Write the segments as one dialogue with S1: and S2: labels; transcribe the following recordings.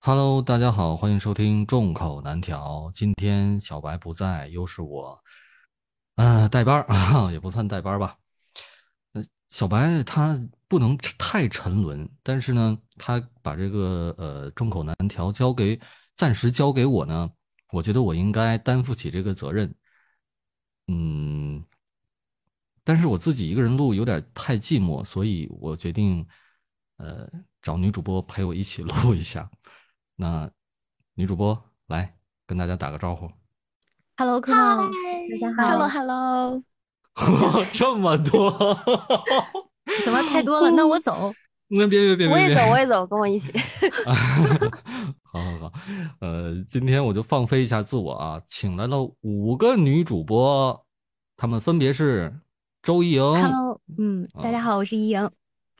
S1: Hello，大家好，欢迎收听众口难调。今天小白不在，又是我，呃，代班儿 也不算代班儿吧。呃，小白他不能太沉沦，但是呢，他把这个呃众口难调交给暂时交给我呢，我觉得我应该担负起这个责任。嗯，但是我自己一个人录有点太寂寞，所以我决定，呃，找女主播陪我一起录一下。那女主播来跟大家打个招呼。
S2: Hello，科梦，大家
S3: h e l
S2: 好
S3: l o。h e l l o
S1: 这么 多，
S2: 怎么太多了？那我走。
S1: 那嗯别别别别别，
S3: 我也走，我也走，跟我 一起。
S1: 好好好，呃，今天我就放飞一下自我啊，请来了五个女主播，她们分别是周一莹、
S2: Hello，嗯，大家好，我是一莹。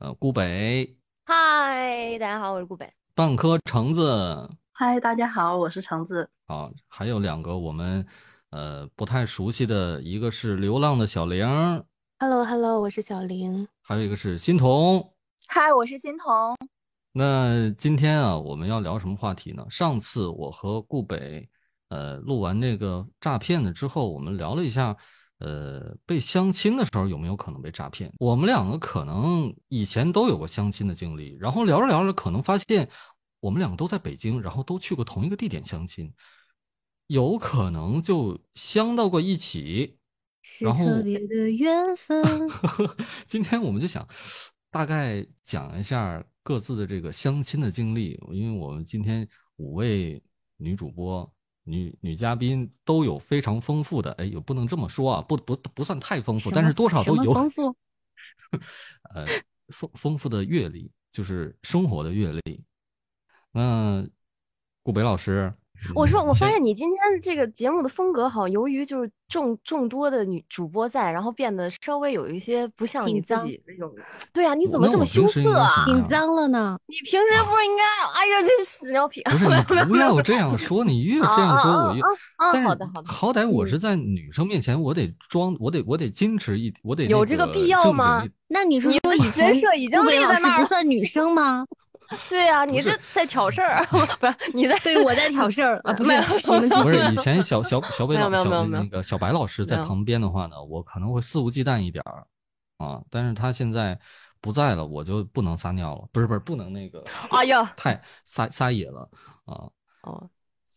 S1: 呃顾北、
S3: 嗨，大家好，我是顾北。
S1: 半颗橙子
S4: 嗨，大家好，我是橙子。
S1: 啊，还有两个我们呃不太熟悉的，一个是流浪的小玲儿，
S3: h e l l o h e l l o 我是小林。
S1: 还有一个是欣桐。
S3: 嗨，我是欣桐。
S1: 那今天啊，我们要聊什么话题呢？上次我和顾北，呃，录完这个诈骗的之后，我们聊了一下，呃，被相亲的时候有没有可能被诈骗？我们两个可能以前都有过相亲的经历，然后聊着聊着，可能发现我们两个都在北京，然后都去过同一个地点相亲，有可能就相到过一起，
S2: 是
S1: 然后
S2: 特别的缘分。
S1: 今天我们就想大概讲一下各自的这个相亲的经历，因为我们今天五位女主播、女女嘉宾都有非常丰富的，哎，也不能这么说啊，不不不算太丰富，
S2: 什
S1: 但
S2: 么
S1: 是多少
S2: 什
S1: 都
S2: 么
S1: 有
S2: 丰富。
S1: 呃丰丰富的阅历，就是生活的阅历。那顾北老师，
S3: 我说，
S1: 嗯
S3: 我发
S1: 先
S3: 现你今天这个节目的风格好，由于就是众众多的女主播在，然后变得稍微有一些不像
S2: 紧
S3: 你自
S2: 张
S3: 己那种。对啊，你
S1: 我
S3: 怎么
S1: 那
S3: 这么
S1: 我平
S3: 羞
S1: 时应
S3: 涩
S1: 该是
S3: 啊？
S1: 这
S2: 紧
S1: 样
S2: 张了呢，
S3: 你平时不是应该？哎呀，这屎尿屁！
S1: 不是你不要这样说，你越这
S2: 哦
S1: 样说我越
S3: 啊。啊啊啊
S1: 但是
S3: 好的好的
S1: 好歹我
S3: 嗯
S1: 是在女生面前，我得装，我得我得矜持一，我得
S3: 有
S1: 那
S3: 这
S1: 个
S3: 个必要
S1: 正经
S3: 吗
S1: 一
S2: 那你是
S3: 你
S2: 说以
S3: 的
S2: 前
S3: 人设已经
S2: 顾北
S3: 立
S2: 老
S3: 在
S2: 师
S3: 那儿
S2: 不算女生吗？
S3: 对啊，
S1: 不
S3: 你
S1: 是
S3: 这在挑事儿， 不是你在
S2: 对，我在挑事儿啊，不是
S3: 没有
S2: 你们继
S1: 不
S2: 续。
S1: 是以前小 小小北
S3: 没有
S1: 老
S3: 没有
S1: 小
S3: 没有没有
S1: 那个小白老师在
S3: 没有
S1: 旁边的话呢，我可能会肆无忌惮一点儿啊，但是他现在不在了，我就不能撒尿了，不是不是不能那个
S3: 哎呀，
S1: 太撒撒野了啊。
S3: 哦，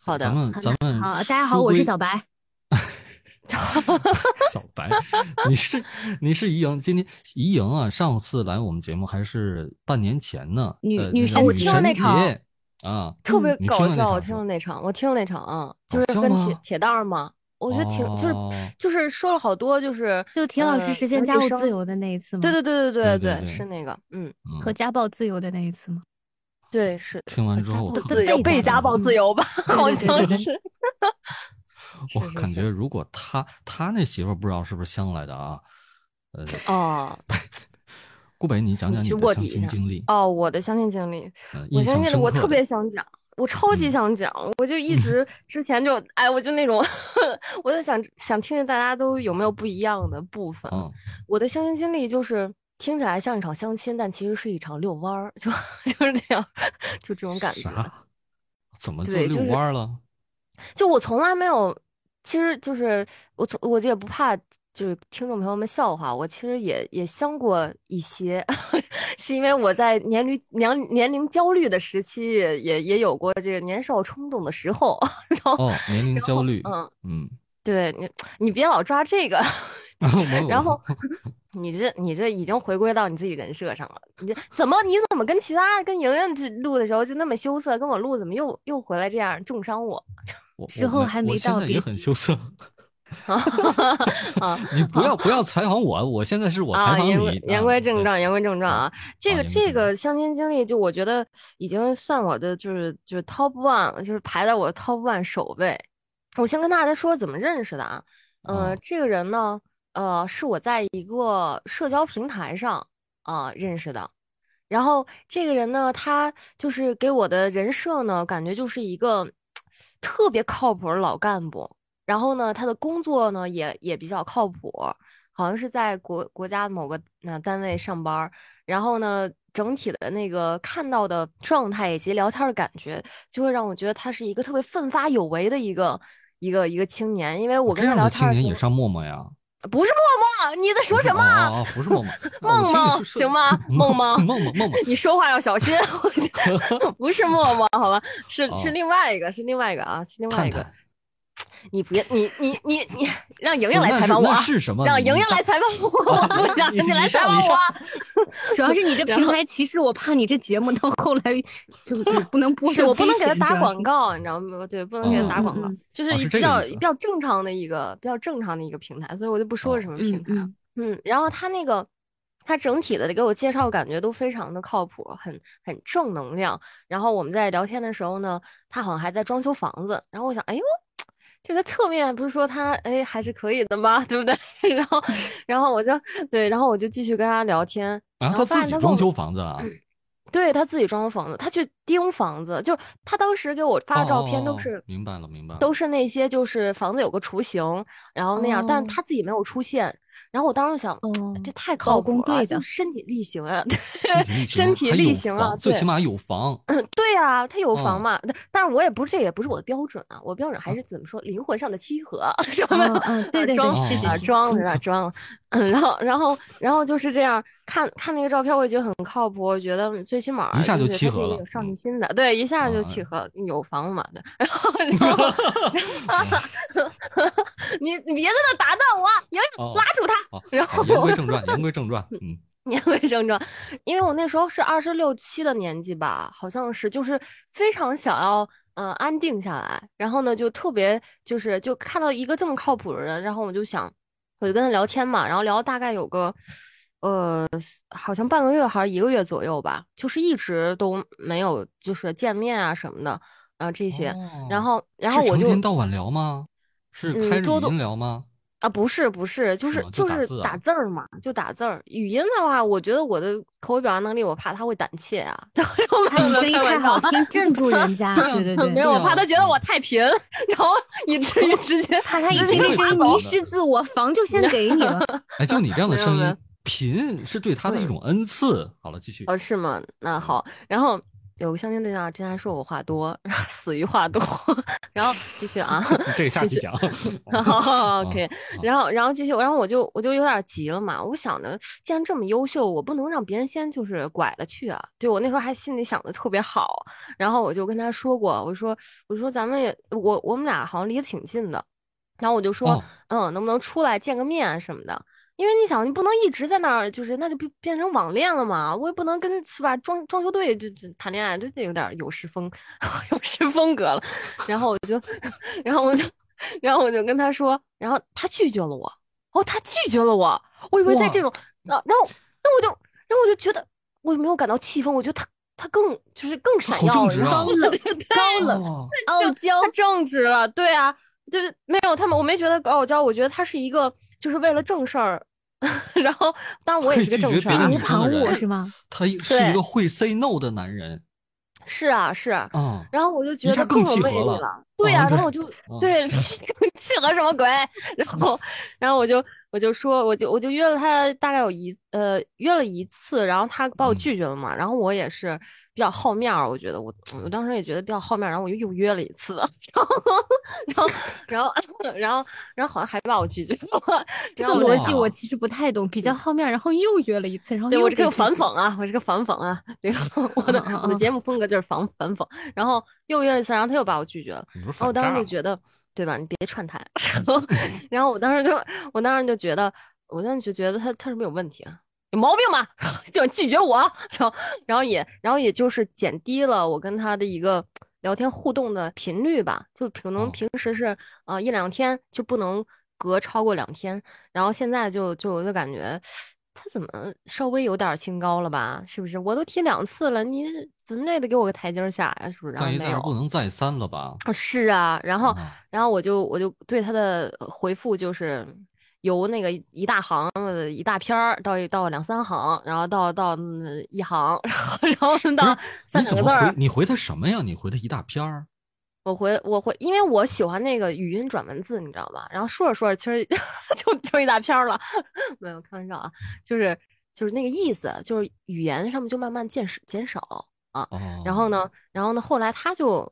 S3: 好的
S1: 咱们咱们
S2: 啊好，大家好，
S1: 书
S2: 我是
S1: 归
S2: 小白。
S1: 小白，你是你是怡莹，今天怡莹啊，上次来我们节目还是半年前呢，
S2: 女
S1: 呃、
S2: 女
S1: 那
S2: 神
S1: 个
S2: 节
S1: 神
S3: 那场
S1: 节啊，
S3: 特别
S1: 嗯你听
S3: 搞
S1: 了那
S3: 笑，
S1: 场
S3: 我
S1: 是
S3: 听
S1: 吧
S3: 了那场，我听了那场啊，就
S1: 搞
S3: 是
S1: 笑
S3: 跟铁
S1: 吗
S3: 铁蛋儿嘛，我觉得挺就是
S1: 哦
S3: 就是说了好多，就是
S2: 就铁老师
S3: 呃
S2: 实现
S3: 女
S2: 家务
S3: 生
S2: 自由的那一次吗？
S3: 对对
S1: 对
S3: 对
S1: 对
S3: 对
S1: 对
S3: 对，是那个，嗯，
S1: 嗯
S2: 和家暴自由的那一次吗？
S3: 对是
S1: 听完之后，我
S2: 和家
S1: 特
S2: 暴
S1: 别
S3: 自由
S2: 被
S3: 被
S2: 家
S3: 家
S2: 暴
S3: 暴
S2: 嗯
S3: 自由吧，
S2: 对
S3: 好
S2: 对对对
S3: 像
S2: 对
S3: 是。
S1: 我
S3: 是是
S1: 感
S3: 是
S1: 觉如果他他那媳妇儿不知道是不是相来的啊，呃，
S3: 哦
S1: 顾北，你讲
S3: 你
S1: 讲你
S3: 去
S1: 的
S3: 卧
S1: 相
S3: 底
S1: 亲
S3: 一下
S1: 经历，
S3: 哦，我的相亲经历，
S1: 呃，
S3: 我
S1: 印
S3: 相
S1: 象
S3: 信
S1: 深刻。
S3: 我特别想讲，我超级
S1: 嗯
S3: 想讲，我就一直之前就哎，我就那种， 我就想想听听大家都有没有不一样的部分。
S1: 嗯，
S3: 我的相亲经历就是听起来像一场相亲，但其实是一场遛弯儿，就 就是这样，就这种感觉。
S1: 啥？怎么就
S3: 对
S1: 遛
S3: 就是
S1: 弯儿了？
S3: 就我从来没有，其实就是我从我也不怕，就是听众朋友们笑话，我其实也也相过一些， 是因为我在年龄年年龄焦虑的时期也，也也有过这个年少冲动的时候， 然后、
S1: 哦，年龄焦虑。
S3: 嗯，
S1: 嗯，
S3: 对你你别老抓这个，
S1: 我
S3: 然后你这你这已经回归到你自己人设上了，你这怎么你怎么跟其他跟莹莹这录的时候就那么羞涩，跟我录怎么又又回来这样重伤我？
S1: 我
S2: 时
S1: 我
S2: 候
S1: 没
S2: 还
S1: 我
S2: 没
S1: 现
S2: 到
S1: 在
S2: 别
S1: 也很羞涩。
S3: 啊，
S1: 你不要不要采访我，我现在是我采
S3: 啊，
S1: 访
S3: 言
S1: 你
S3: 归。言归正传，言归
S1: 正
S3: 正传啊！这
S1: 啊言
S3: 个
S1: 归
S3: 这
S1: 正传
S3: 个相亲经历，就我觉得已经算我的就是就是 top one，了就是排在我 top one 首位。我先跟大家说怎么认识的啊，呃，
S1: 哦
S3: 这个人呢，呃，是我在一个社交平台上啊、认识的。然后这个人呢，他就是给我的人设呢，感觉就是一个特别靠谱的老干部。然后呢，他的工作呢也也比较呃靠谱，好像是在国国家某个那单位上班儿。然后呢，整体的那个看到的状态以及聊天儿的感觉，就会让我觉得他是一个特别奋发有为的一个一个一个青年。因为我跟
S1: 哦这
S3: 他
S1: 样
S3: 聊
S1: 的
S3: 天
S1: 青
S3: 儿的
S1: 年
S3: 时
S1: 也
S3: 候
S1: 上陌陌呀？
S3: 不是默默，你在说
S1: 不是
S3: 什么啊？
S1: 哦哦哦不是陌陌，
S3: 梦
S1: 梦
S3: 梦行吗
S1: 梦
S3: 梦吗
S1: 梦梦梦梦
S3: 你说话要小心，我觉 得不是默默，好吧？是
S1: 哦
S3: 是另外一个，是另外一个啊，是另外
S1: 探
S3: 一个。
S1: 探，
S3: 你别，你你你你，让莹莹
S1: 哦
S3: 来
S1: 那
S3: 采
S1: 是
S3: 访我
S1: 那
S3: 啊，
S1: 是什么？
S3: 让
S1: 你
S3: 莹莹
S1: 你
S3: 来采访我，我 不想
S1: 你
S3: 你来
S1: 你
S3: 采
S1: 上
S3: 访
S1: 你
S3: 我啊。
S2: 主要是你这平台歧视，我怕你这节目到后来就就不能播。
S3: 是我不能给他
S2: 他
S3: 打广。告，你知道吗？对，不能给他打
S2: 嗯嗯
S3: 广告
S2: 嗯，
S3: 就是
S1: 哦
S3: 一
S1: 是
S3: 比
S1: 这个
S3: 较
S1: 意思
S3: 比较正常的一个比较正常的一个平台，所以我就不说
S1: 哦
S3: 是什么平
S2: 嗯
S3: 台了。
S2: 嗯，
S3: 嗯，然后他那个，他整体的给我介绍感觉都非常的靠谱，很很正能量。然后我们在聊天的时候呢，他好像还在装修房子，然后我想，哎呦，这个侧面不是说他哎还是可以的吗？ 对不对？然后，然后我就对，然后我就继续跟他聊天，
S1: 啊，
S3: 然
S1: 他
S3: 后发
S1: 自
S3: 现
S1: 己
S3: 他跟
S1: 装
S3: 我
S1: 修房子啊？
S3: 对他自己装房子，他去盯房子，就是他当时给我发的照片
S1: 哦哦
S3: 都
S1: 哦
S3: 是。
S1: 明白了，明白了，
S3: 都是那些就是房子有个雏形，然后那样，但
S2: 哦
S3: 他自己没有出现。然后我当时想，
S2: 哦
S3: 这太
S2: 高
S3: 靠谱
S2: 工
S3: 了，
S2: 队
S3: 就
S2: 的
S3: 身体力行啊，
S1: 身体力行，
S3: 身体
S1: 还
S3: 力
S1: 有
S3: 行
S1: 房
S3: 啊
S1: 最
S3: 对
S1: 起码有房。
S3: 对啊，他有房
S2: 哦
S1: 嗯
S3: 嘛。但但是我也不是，这也不是我的标准啊，我标准还是怎么说，灵魂上的契合 什么
S2: 嗯
S3: 的。
S2: 嗯，
S3: 啊
S2: 对对
S3: 装
S2: 对，是
S1: 哦
S2: 是
S3: 啊，
S2: 是，
S3: 装 了啊，装了。嗯，然后，然后，然后就是这样，看看那个照片，我也觉得很靠谱。我觉得最起码
S1: 一下
S3: 就
S1: 就是契
S3: 他是
S1: 合
S3: 一个
S1: 了
S3: 有上进
S1: 嗯
S3: 心的，对，一下就
S1: 啊
S3: 契合，有房嘛，对。 然后，然后， 你你别在那打断我，莹
S1: 哦
S3: 莹，拉住他。
S1: 好，
S3: 然
S1: 好言归正传，言归正传，嗯，
S3: 言归正传，因为我那时候是二十六七的年纪吧，好像是，就是非常想要呃安定下来，然后呢就特别就是就看到一个这么靠谱的人，然后我就想，我就跟他聊天嘛，然后聊大概有个呃好像半个月还是一个月左右吧，就是一直都没有就是见面啊什么的，然后这些，然后然后
S1: 哦是
S3: 我
S1: 成
S3: 就
S1: 天到晚聊吗？是
S3: 嗯
S1: 开着
S3: 多
S1: 语
S3: 多
S1: 音聊吗？
S3: 啊，不是不是，就是是
S1: 吗就
S3: 就
S1: 打
S3: 是
S1: 字啊
S3: 打字儿嘛，就打字儿。语音的话，我觉得我的口语表达能力，我怕他会胆怯啊。
S2: 哎，你声音太好听，镇住人家。
S1: 对啊
S2: 对对对，
S3: 没有，我
S1: 对
S3: 怕
S1: 啊
S3: 他觉得
S1: 嗯
S3: 我太贫， 然后以至于直接
S2: 怕他一
S1: 直
S2: 听
S1: 接
S2: 这
S1: 就
S2: 声音
S1: 跑
S2: 迷
S1: 了
S2: 失自我，房就 先给你了。
S1: 哎，就你这样的
S3: 没有
S1: 声
S3: 没
S1: 音
S3: 有，
S1: 贫是对他的一种恩 赐。好了，继续。
S3: 哦，是吗？那好，然后有个相亲对象之前还说我话多，死于话多， 然后继续啊，
S1: 这个下
S3: 继
S1: 期
S3: 续
S1: 讲。
S3: 好
S1: 啊
S3: 哦，OK，然后然后继续，然后我就我就有点急了嘛，我想着既然这么优秀，我不能让别人先就是拐了去啊。对我那时候还心里想的特别好，然后我就跟他说过，我说我说咱们也我我们俩好像离得挺近的，然后我就说、
S1: 哦
S3: 嗯，能不能出来见个面啊什么的。因为你想，你不能一直在那儿，就是那就变变成网恋了嘛。我也不能跟是吧装装修队就就谈恋爱，这这有点儿有失风 有失风格了。然后我就， 然后我就，然后我就跟他说，然后他拒绝了我。哦，他拒绝了我，我以为在这种，然后然后然后我就然后我就觉得我没有感到气愤，我觉得他他更就是更闪
S1: 好
S3: 耀
S1: 正
S3: 了，
S1: 直
S3: 然
S1: 啊
S3: 后对 对了，
S1: 哦
S2: 傲娇，
S3: 太正直了，对啊，就是没有他们，我没觉得傲娇，我觉得他是一个就是为了正事儿， 然后当然我也
S1: 可以
S3: 是个
S1: 拒绝
S3: 正事
S1: 别的
S3: 儿
S2: 心
S1: 女生
S2: 无
S3: 啊，
S1: 的
S2: 旁骛
S1: 人
S2: 是 吗？
S1: 他一是一
S3: 对
S1: 个会 say no 的男人
S3: 是啊是啊，
S1: 啊。
S3: 然后我就觉
S1: 一下
S3: 得
S1: 更
S3: 有
S1: 契
S3: 魅
S1: 合
S3: 力
S1: 了
S3: 了，对
S1: 啊
S3: 呀、然
S1: 对
S3: 后我就
S1: 嗯
S3: 对 契合什么鬼？然后然后我就我就说我就我就约了他大概有一呃约了一次，然后他把我
S1: 嗯
S3: 拒绝了嘛，然后我也是比较好面儿，我觉得我我当时也觉得比较好面儿，然后我就又约了一次， 然后然后然后然后然后好像还把我拒绝了，
S2: 这
S3: 然
S2: 个
S3: 后我就
S2: 逻辑
S1: 哇
S2: 我其实不太懂，比较好面儿，然后又约了一次，然后
S3: 对我
S2: 又
S3: 这个
S2: 被
S3: 有
S2: 拒
S3: 反
S2: 绝
S3: 讽啊，我这个反讽啊， 对我的
S1: 啊
S2: 嗯嗯
S3: 我的
S2: 嗯
S3: 节目风格就是反反讽，然后又约了一次，然后他又把我拒绝了。
S1: 你说
S3: 然后
S1: 反
S3: 我哦当时
S1: 诈
S3: 就觉得，对吧？你别串 台。然后，然后我当时就，我当时就觉得，我当时就觉得他他是不是有问题啊？有毛病吧？ 就拒绝我，然后，然后也，然后也就是减低了我跟他的一个聊天互动的频率吧。就可能
S1: 哦
S3: 平时是啊、呃一两天就不能隔超过两天，然后现在就就我就感觉。他怎么稍微有点儿清高了吧？是不是？我都提两次了，你是怎么也得给我个台阶儿下呀？是不是？然
S1: 再
S3: 后
S1: 一
S3: 没
S1: 再二
S3: 有
S1: 不。能再三了吧？
S3: 啊是啊，然后
S1: 啊
S3: 然后我就我就对他的回复就是由那个一大行呃一大篇儿到到两三行，然后到到嗯一行， 然后然后
S1: 不是
S3: 到三
S1: 哎你怎
S3: 两个字
S1: 么回
S3: 儿？。
S1: 你回他什么呀？你回他一大片儿。
S3: 我回我回，因为我喜欢那个语音转文字，你知 道吗？然后说着说着，其实就就一大篇儿了，没有开玩笑啊，就是就是那个意思，就是语言上面就慢慢减少减少啊。
S1: 哦，
S3: 然后呢，然后呢，后来他就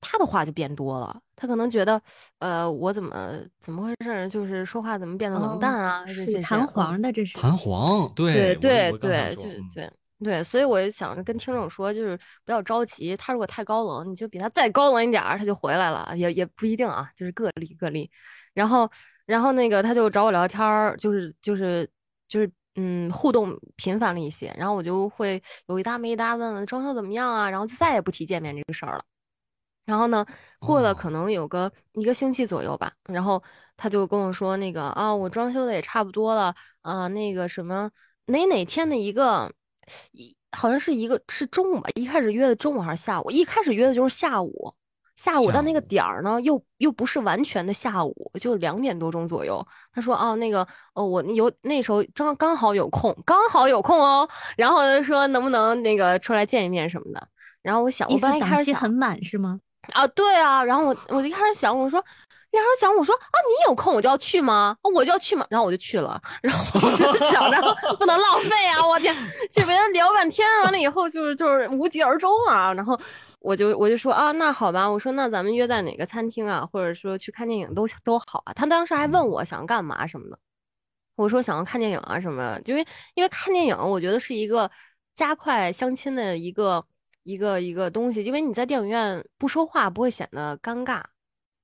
S3: 他的话就变多了，他可能觉得，呃，我怎么怎么回事儿，就是说话怎么变得冷淡啊，还是这
S2: 属
S3: 些
S2: 弹
S3: 嗯
S2: 簧的，这是
S1: 弹簧，
S3: 对
S1: 对
S3: 对
S1: 我我
S3: 对，
S1: 刚想
S3: 就
S1: 说嗯
S3: 对对，所以我也想着跟听众说，就是不要着急，他如果太高冷，你就比他再高冷一点儿，他就回来了，也也不一定啊，就是个例个例。然后，然后那个他就找我聊天儿，就是就是就是嗯，互动频繁了一些，然后我就会有一搭没一搭问问装修怎么样啊，然后就再也不提见面这个事儿了。然后呢，过了可
S1: 哦
S3: 能有个一个星期左右吧，然后他就跟我说那个啊，我装修的也差不多了啊，那个什么哪哪天的一个一好像是一个是中午吧，一开始约的中午还是下午？一开始约的就是下午，下午
S1: 下
S3: 但那个
S1: 午
S3: 点儿呢又又不是完全的下午，就两点多钟左右。他说哦、那个哦，我有那时候正刚好有空，刚好有空哦，然后就说能不能那个出来见一面什么的。然后我想，
S2: 意
S3: 我
S2: 思
S3: 本来一开
S2: 档
S3: 始
S2: 期
S3: 想
S2: 很满是吗？
S3: 啊，对啊，然后我我就一开始想，我说，一开始想，我说啊，你有空我就要去吗？啊我就要去吗？然后我就去了，然后我就想着不能浪费啊，我天，这别人聊半天，完了以后就是就是无疾而终啊，然后我就我就说啊，那好吧，我说那咱们约在哪个餐厅啊，或者说去看电影都都好啊。他当时还问我想干嘛什么的，我说想要看电影啊什么的，因为因为看电影，我觉得是一个加快相亲的一个一个一个东西，因为你在电影院不说话不会显得尴尬，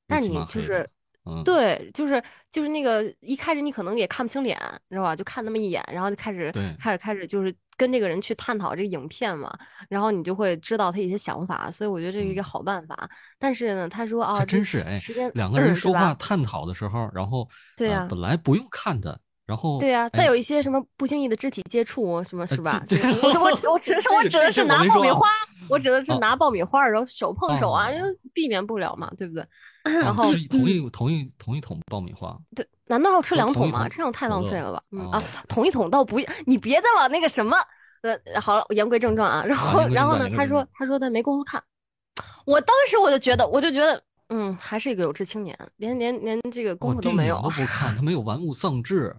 S3: 但
S1: 起
S3: 你
S1: 码
S3: 就
S1: 黑的
S3: 是
S1: 嗯，
S3: 对，就是就是那个一开始你可能也看不清脸，你知道吧？就看那么一眼，然后就开始
S1: 对
S3: 开始开始就是跟这个人去探讨这个影片嘛，然后你就会知道他一些想法，所以我觉得这是一
S1: 嗯
S3: 个好办法。但是呢，他说啊，
S1: 还
S3: 这
S1: 真是哎
S3: 时间，
S1: 两个人
S3: 嗯
S1: 说
S3: 对吧
S1: 话探讨的时候，然后
S3: 对
S1: 呃
S3: 呀
S1: 本来不用看的，然后
S3: 对呀、
S1: 哎
S3: 再有一些什么不经意的肢体接触，什么
S1: 呃
S3: 是吧？
S1: 这
S3: 就
S1: 这
S3: 我我 我指的是我
S1: 这个
S3: 指
S1: 这
S3: 的是
S1: 个我
S3: 拿
S1: 没
S3: 爆米
S1: 说啊
S3: 花，我指的是
S1: 哦
S3: 拿爆米花，然后手碰手啊，
S1: 哦
S3: 因为避免不了嘛，对不对？
S1: 啊
S3: 然后嗯
S1: 吃一同一同一同一桶爆米花，
S3: 对，难道要吃
S1: 同
S3: 两
S1: 同
S3: 桶
S1: 一
S3: 吗？
S1: 桶
S3: 这样太
S1: 可
S3: 浪
S1: 乐
S3: 费了吧？嗯啊
S1: 哦，
S3: 桶一桶倒不，你别再往那个什么，呃，好了，言归正传啊。然后，
S1: 言归
S3: 然
S1: 正
S3: 后
S1: 传
S3: 呢
S1: 言，归
S3: 他
S1: 正
S3: 说
S1: 传，
S3: 他说他没工夫看。我当时我就觉得，我就觉得，嗯，还是一个有志青年，连连连这个功
S1: 我
S3: 夫都
S1: 哦电
S3: 没有
S1: 影。都不看，他没有玩物丧志，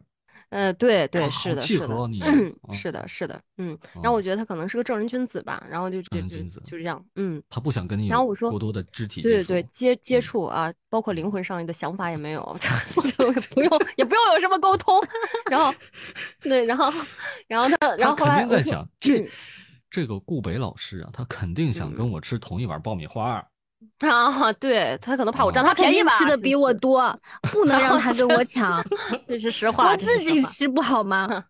S3: 呃，对对，
S1: 啊
S3: 是
S1: 好
S3: 的，
S1: 契合
S3: 是的
S1: 啊你
S3: 是的，是的，嗯。 然
S1: 嗯
S3: 后我觉得他可能是个正人君子吧，然后就
S1: 正
S3: 就
S1: 人
S3: 就
S1: 君子
S3: 就这样，嗯，
S1: 他不想跟你
S3: 然后
S1: 有
S3: 我说
S1: 过多的肢体接
S3: 对
S1: 触，
S3: 对，接接
S1: 嗯
S3: 触啊，包括灵魂上的想法 也没有， 就不用也不用有什么沟通。然后，对，然后，然后他，然
S1: 他
S3: 后后
S1: 肯
S3: 来
S1: 定在
S3: 我说
S1: 想这
S3: 嗯
S1: 这个顾北老师啊，他肯定想跟我吃同一碗爆米花儿，
S3: 啊，对他可能怕我
S1: 哦
S3: 占他
S2: 肯
S3: 便宜
S2: 定
S3: 吧，
S2: 吃的
S3: 是不
S2: 比我
S3: 是，
S2: 多，不 能让他跟我抢，
S3: 这是实话，
S2: 我
S3: 这是
S2: 自
S3: 实
S2: 己
S3: 话
S2: 吃不好吗？
S1: 嗯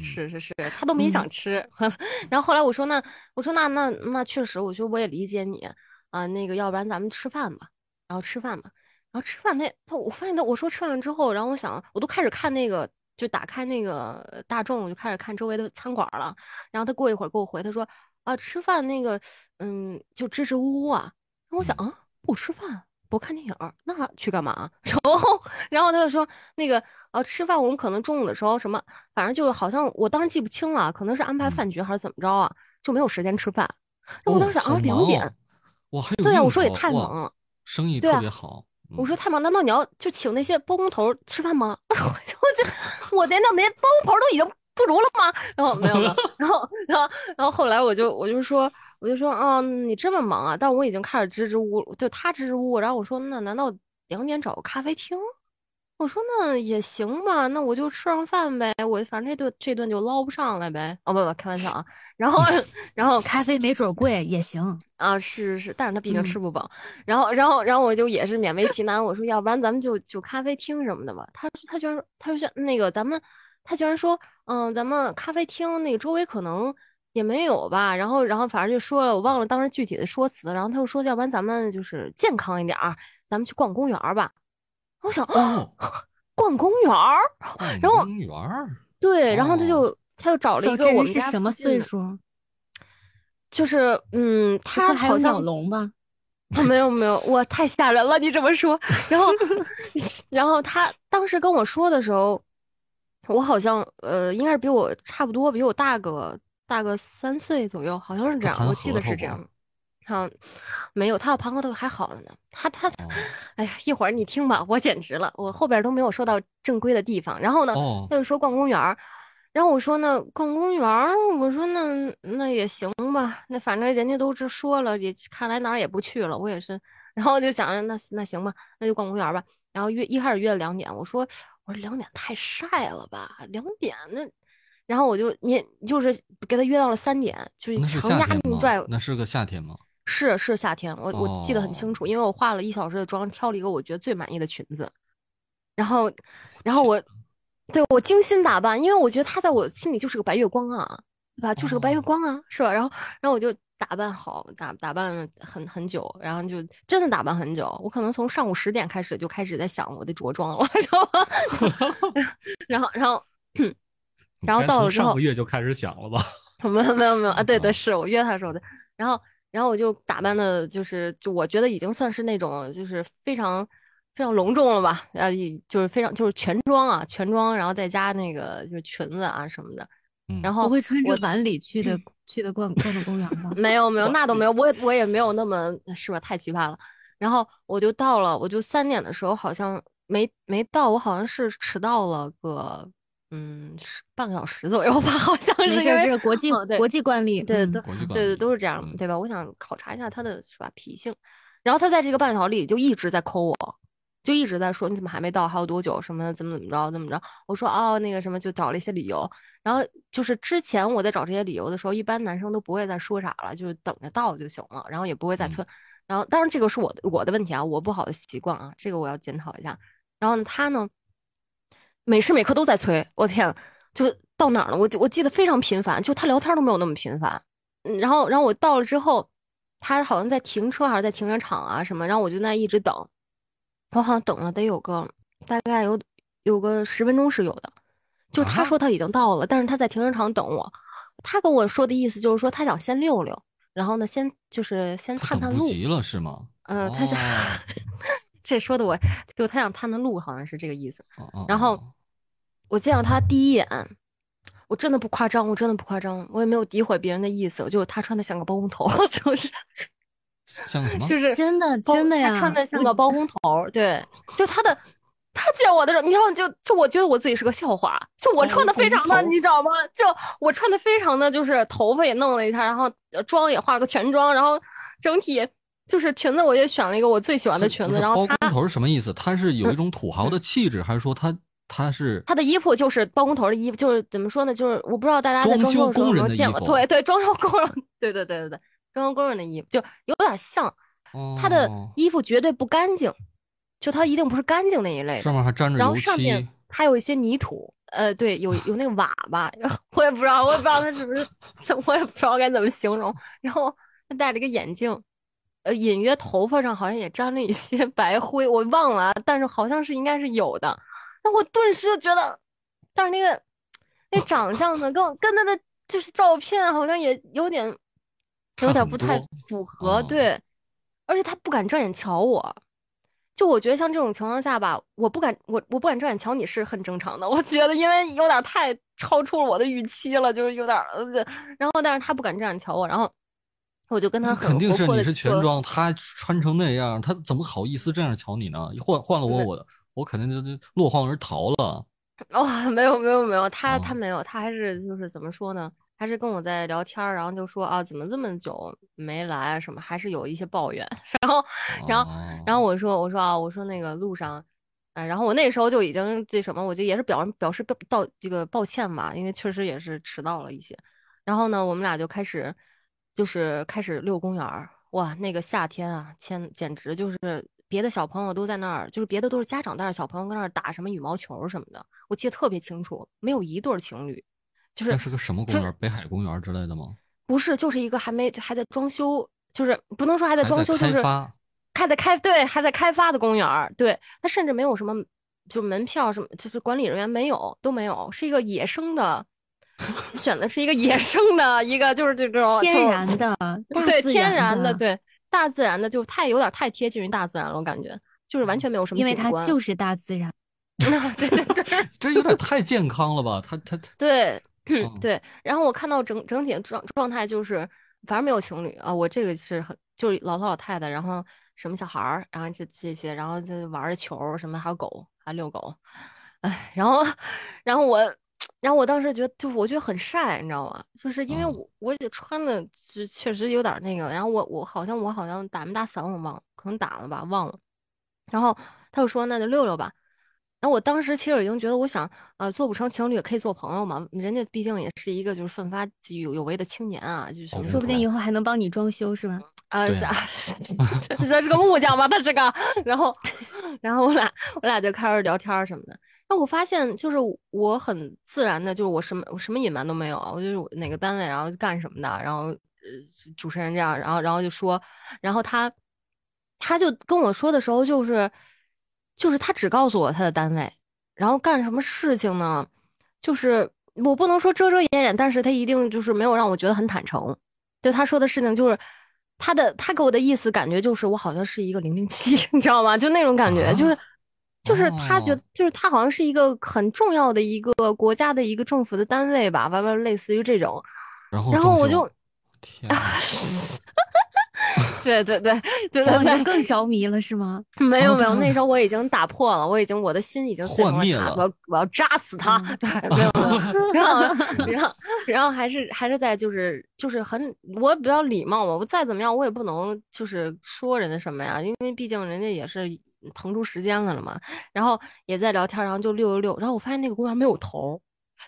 S3: 是是是，他都没
S2: 嗯
S3: 想吃。 然后后来我说那我说那那那确实，我说我也理解你啊、那个要不然咱们吃饭吧，然后吃饭吧，然后吃饭他他我发现他我说吃饭之后，然后我想我都开始看那个就打开那个呃大众，我就开始看周围的餐馆儿了。然后他过一会儿给我回，他说啊吃饭那个嗯就支支吾吾啊，然后我想
S1: 嗯
S3: 啊不吃饭。不看电影儿，那去干嘛？啊 然后，然后他就说那个，呃，吃饭我们可能中午的时候什么反正就是好像我当时记不清了，可能是安排
S1: 嗯
S3: 饭局还是怎么着啊，就没有时间吃饭。那我当时
S1: 哦
S3: 想
S1: 好
S3: 啊，两
S1: 忙
S3: 点
S1: 哦，我还有
S3: 对啊
S1: 应
S3: 我说也
S1: 酬
S3: 太
S1: 哇
S3: 忙了
S1: 生意
S3: 对
S1: 特
S3: 啊
S1: 别好，
S3: 我
S1: 嗯
S3: 说太忙，难道你要就请那些包工头儿吃饭吗？ 我就我连那连包工头儿都已经不如了吗？然后没有了，然后然后然后后来我就我就说我就说啊，你这么忙啊？但我已经开始支支吾吾，就他支支吾吾，然后我说那难道两点找个咖啡厅？我说那也行吧，那我就吃上饭呗，我反正这顿这顿就捞不上来呗。哦不不，开玩笑啊。然后 然后
S2: 咖啡没准儿贵也行，
S3: 啊，是是，但是他毕竟吃
S2: 嗯
S3: 不饱。然后，然后，然后我就也是勉为其难，我说要不然咱们就就咖啡厅什么的吧。他说他居然说他说像那个咱们，他居然说嗯，咱们咖啡厅那个周围可能也没有吧。然后，然后反正就说了，我忘了当时具体的说辞了。然后他又说，要不然咱们就是健康一点儿，咱们去逛公园儿吧。我想、
S1: 哦，
S3: 逛公园儿，
S1: 逛
S3: 然后
S1: 公园儿
S3: 对，然后他
S1: 哦
S3: 就他就 找了
S2: 小
S3: 一
S2: 这
S3: 个
S2: 人
S3: 我们
S2: 是
S3: 家
S2: 什
S3: 附
S2: 么
S3: 近
S2: 岁
S3: 的，
S2: 数？
S3: 就是嗯，
S2: 不会
S3: 他
S2: 还有
S3: 好
S2: 鸟
S3: 像。
S2: 笼吧？
S3: 啊，没有没有，我太吓人了，你这么说。然 后，然后他当时跟我说的时候，我好像呃，应该是比我差不多，比我大个大个三岁左右，好像是
S1: 他
S3: 这样，
S1: 盘
S3: 我记
S1: 核
S3: 得
S1: 桃
S3: 是这
S1: 吗
S3: 样。好，没有，他要盘核桃还好了呢。他他，
S1: 哦
S3: 哎呀，一会儿你听吧，我简直了，我后边都没有说到正规的地方。然后呢，
S1: 哦
S3: 他就说逛公园儿，然后我说那逛公园儿，我说那那也行吧，那反正人家都是说了，也看来哪儿也不去了，我也是。然后我就想着那那行吧，那就逛公园儿吧。然后约一开始约了两点，我说我说两点太晒了吧，两点那，然后我就你就是给他约到了三点，就是
S1: 那是
S3: 强
S1: 夏
S3: 加
S1: 天
S3: 硬
S1: 吗
S3: 拽。？
S1: 那是个夏天吗？
S3: 是是夏天，我我记得很清楚，因为我化了一小时的妆，挑了一个我觉得最满意的裙子，然后然后我对我精心打扮，因为我觉得她在我心里就是个白月光啊，对吧？就是个白月
S1: 哦
S3: 光啊，是吧？然后然后我就打扮好，打打扮了很很久，然后就真的打扮很久，我可能从上午十点开始就开始在想我的着装了， 知道吗？ 然后然后然后
S1: 你该
S3: 到
S1: 从
S3: 了之
S1: 上
S3: 后
S1: 个月就开始想了吧？
S3: 没有没有没有啊，对对，
S1: 哦
S3: 是我约他的时候的。然后然后我就打扮的，就是就我觉得已经算是那种就是非常非常隆重了吧，呃，也就是非常就是全妆啊，全妆，然后再加那个就是裙子啊什么的。
S1: 嗯
S3: 然
S2: 我
S3: 后
S2: 会穿着晚礼去
S3: 嗯
S2: 的去的逛逛逛公园吗？
S3: 没有没有，那都没有，我也我也没有那么是吧？太奇葩了。然后我就到了，我就三点的时候好像没没到，我好像是迟到了个嗯十半个小时左右吧，好像是
S2: 没事
S3: 因
S2: 儿，
S3: 为
S2: 这个国际
S3: 嗯对
S2: 国际惯例，
S3: 对
S2: 嗯
S3: 对
S1: 国 际惯
S3: 对对，
S1: 例
S3: 都是这样
S1: 嗯，
S3: 对吧？我想考察一下他的是吧脾性，然后他在这个半小时里就一直在抠我，就一直在说你怎么还没到，还有多久，什么怎么怎么着，怎么着。我说哦，那个什么，就找了一些理由。然后就是之前我在找这些理由的时候，一般男生都不会再说啥了，就是等着到就行了，然后也不会再
S1: 嗯
S3: 催。然后当然这个是我的我的问题啊，我不好的习惯啊，这个我要检讨一下。然后呢，他呢，每时每刻都在催，我天，就到哪儿了？我我记得非常频繁，就他聊天都没有那么频繁。嗯然后，然后我到了之后，他好像在停车还是在停车场啊什么，然后我就那一直等，我好像等了得有个大概有有个十分钟是有的，就他
S1: 啊
S3: 说他已经到了，但是他在停车场等我，他跟我说的意思就是说他想先溜溜，然后呢先就是先
S1: 他
S3: 探
S1: 等
S3: 探
S1: 不
S3: 路，
S1: 及了是吗？
S3: 呃，他想
S1: 哦
S3: 这说的我就他想探探路，好像是这个意思。
S1: 哦哦
S3: 然后
S1: 哦
S3: 我见到他第一眼，我真的不夸张，我真的不夸张，我也没有诋毁别人的意思，就他穿的像个包工头， 就是
S1: 像什么？
S3: 就是
S2: 真的
S3: 包
S2: 真的呀，
S3: 他穿的像
S2: 我
S3: 个包工头儿，对，就他的。他见我的时候，你知道，就就我觉得我自己是个笑话，就我穿的非常的，你知道吗？就我穿的非常的，就是头发也弄了一下，然后呃妆也化了个全妆，然后整体就是裙子，我也选了一个我最喜欢的
S1: 是
S3: 裙
S1: 不
S3: 子，
S1: 是
S3: 然
S1: 包
S3: 后他
S1: 工头是什么意思？他是有一种土豪的气质，还是说他他是
S3: 他的衣服就是包工头的衣服，就是怎么说呢？就是我不知道大家在
S1: 装
S3: 装
S1: 修
S3: 修的时候
S1: 工
S3: 有没
S1: 人
S3: 有
S1: 的
S3: 见
S1: 衣
S3: 过，
S1: 服啊
S3: 对对，装修工人，对对对对对，装修工人的衣服就有点像，他的
S1: 哦
S3: 衣服绝对不干净，就他一定不是干净那一类的
S1: 上面还沾着
S3: 然后
S1: 油
S3: 上面
S1: 漆？
S3: 还有一些泥土，呃，对， 有有那个粑粑，我也不知道，我也不知道他是不是， 我也不知道该怎么形容。然后他戴了个眼镜，呃，隐约头发上好像也沾了一些 白灰，我忘了啊，但是好像是应该是有的。那我顿时就觉得，但是那个那长相呢，跟我跟他的就是照片好像也有点有
S1: 差
S3: 点
S1: 很
S3: 不太
S1: 多
S3: 符合，
S1: 哦
S3: 对，而且他不敢正眼瞧我。就我觉得像这种情况下吧，我不敢，我我不敢正眼瞧你是很正常的。我觉得因为有点太超出了我的预期了，就是有点儿，呃然后但是他不敢正眼瞧我，然后我就跟他
S1: 那
S3: 很
S1: 肯定
S3: 活
S1: 是
S3: 泼
S1: 你
S3: 地
S1: 是全
S3: 说
S1: 装，他穿成那样，他怎么好意思这样瞧你呢？换换了我，
S3: 嗯
S1: 我我肯定就就落荒而逃了。
S3: 哦，没有没有没有，他他
S1: 哦
S3: 没有，他还是就是怎么说呢？还是跟我在聊天儿，然后就说啊，怎么这么久没来啊什么，还是有一些抱怨。 然后
S1: 哦
S3: 然后我说我说啊，我说那个路上，啊，然后我那时候就已经这什么，我就也是表表示道这个抱歉嘛，因为确实也是迟到了一些。然后呢，我们俩就开始就是开始遛公园儿，哇，那个夏天啊，简简直就是别的小朋友都在那儿，就是别的都是家长带着小朋友跟那儿打什么羽毛球儿什么的，我记得特别清楚，没有一对儿情侣，就
S1: 那
S3: 是
S1: 是个什么公
S3: 这
S1: 园？北海公园之类的吗？
S3: 不是，就是一个还没还在装修，就是不能说还在
S1: 还
S3: 装
S1: 在
S3: 修，就
S1: 开
S3: 是
S1: 发
S3: 还在开对还在开发的公园儿，对，它甚至没有什么就门票什么，就是管理人员没有都没有，是一个野生的，选的是一个野生的一个就是这种
S2: 天
S3: 就
S2: 然 的，大
S3: 对
S2: 自
S3: 天
S2: 然
S3: 然的，对大自然的，就太有点太贴近于大自然了，我感觉就是完全没有什
S2: 嗯
S3: 么
S2: 因为
S3: 景
S2: 它
S3: 观
S2: 就是大自然。
S3: 对对对。
S1: 这有点太健康了吧？他他他
S3: 对、
S1: 嗯
S3: 对，然后我看到整整体的状状态就是，反正没有情侣啊，我这个是很就是老头老太太，然后什么小孩儿，然后这这些，然后就玩儿球儿什么，还有狗，还遛狗，哎，然后然后我然后我当时觉得，就是我觉得很晒，你知道吗？就是因为
S1: 嗯
S3: 我、我也穿的就确实有点那个，然后我我好像我好像打没打伞我忘了，可能打了吧，忘了。然后他就说那就溜溜吧。然后我当时其实已经觉得，我想，呃，做不成情侣也可以做朋友嘛，人家毕竟也是一个就是奋发有有为的青年啊，就是
S1: 哦
S2: 说不定以后还能帮你装修是吧？
S3: 啊，
S1: 对 啊
S3: 这这是个木匠吧，他是个，然后，然后我俩我俩就开始聊天儿什么的。那我发现就是我很自然的，就是我什么我什么隐瞒都没有啊，我就是我哪个单位，然后干什么的，然后呃主持人这样，然后然后就说，然后他他就跟我说的时候，就是就是他只告诉我他的单位，然后干什么事情呢？就是我不能说遮遮掩掩，但是他一定就是没有让我觉得很坦诚。对他说的事情，就是他的他给我的意思感觉就是我好像是一个零零七， 你知道吗？就那种感觉，
S1: 啊
S3: 就是就是他觉
S1: 哦
S3: 得就是他好像是一个很重要的一个国家的一个政府的单位吧，完完类似于这种。
S1: 然后
S3: 然后
S1: 装
S3: 我
S1: 修
S3: 就
S1: 天哪，
S3: 对对对对对
S2: 然后你
S3: 对
S2: 就，更着迷了是吗？
S3: 没有没有，
S1: 哦
S3: 那时候我已经打破了，我已经我的心已经碎
S1: 幻
S3: 成
S1: 灭
S3: 了
S1: 了
S3: 沙，我要我要扎死他。
S2: 嗯
S3: 对，没有没有，然后然后然后还是还是在就是就是很我比较礼貌嘛，我再怎么样我也不能就是说人家什么呀，因为毕竟人家也是腾出时间来了嘛。然后也在聊天，然后就六六六，然后我发现那个公园没有头儿。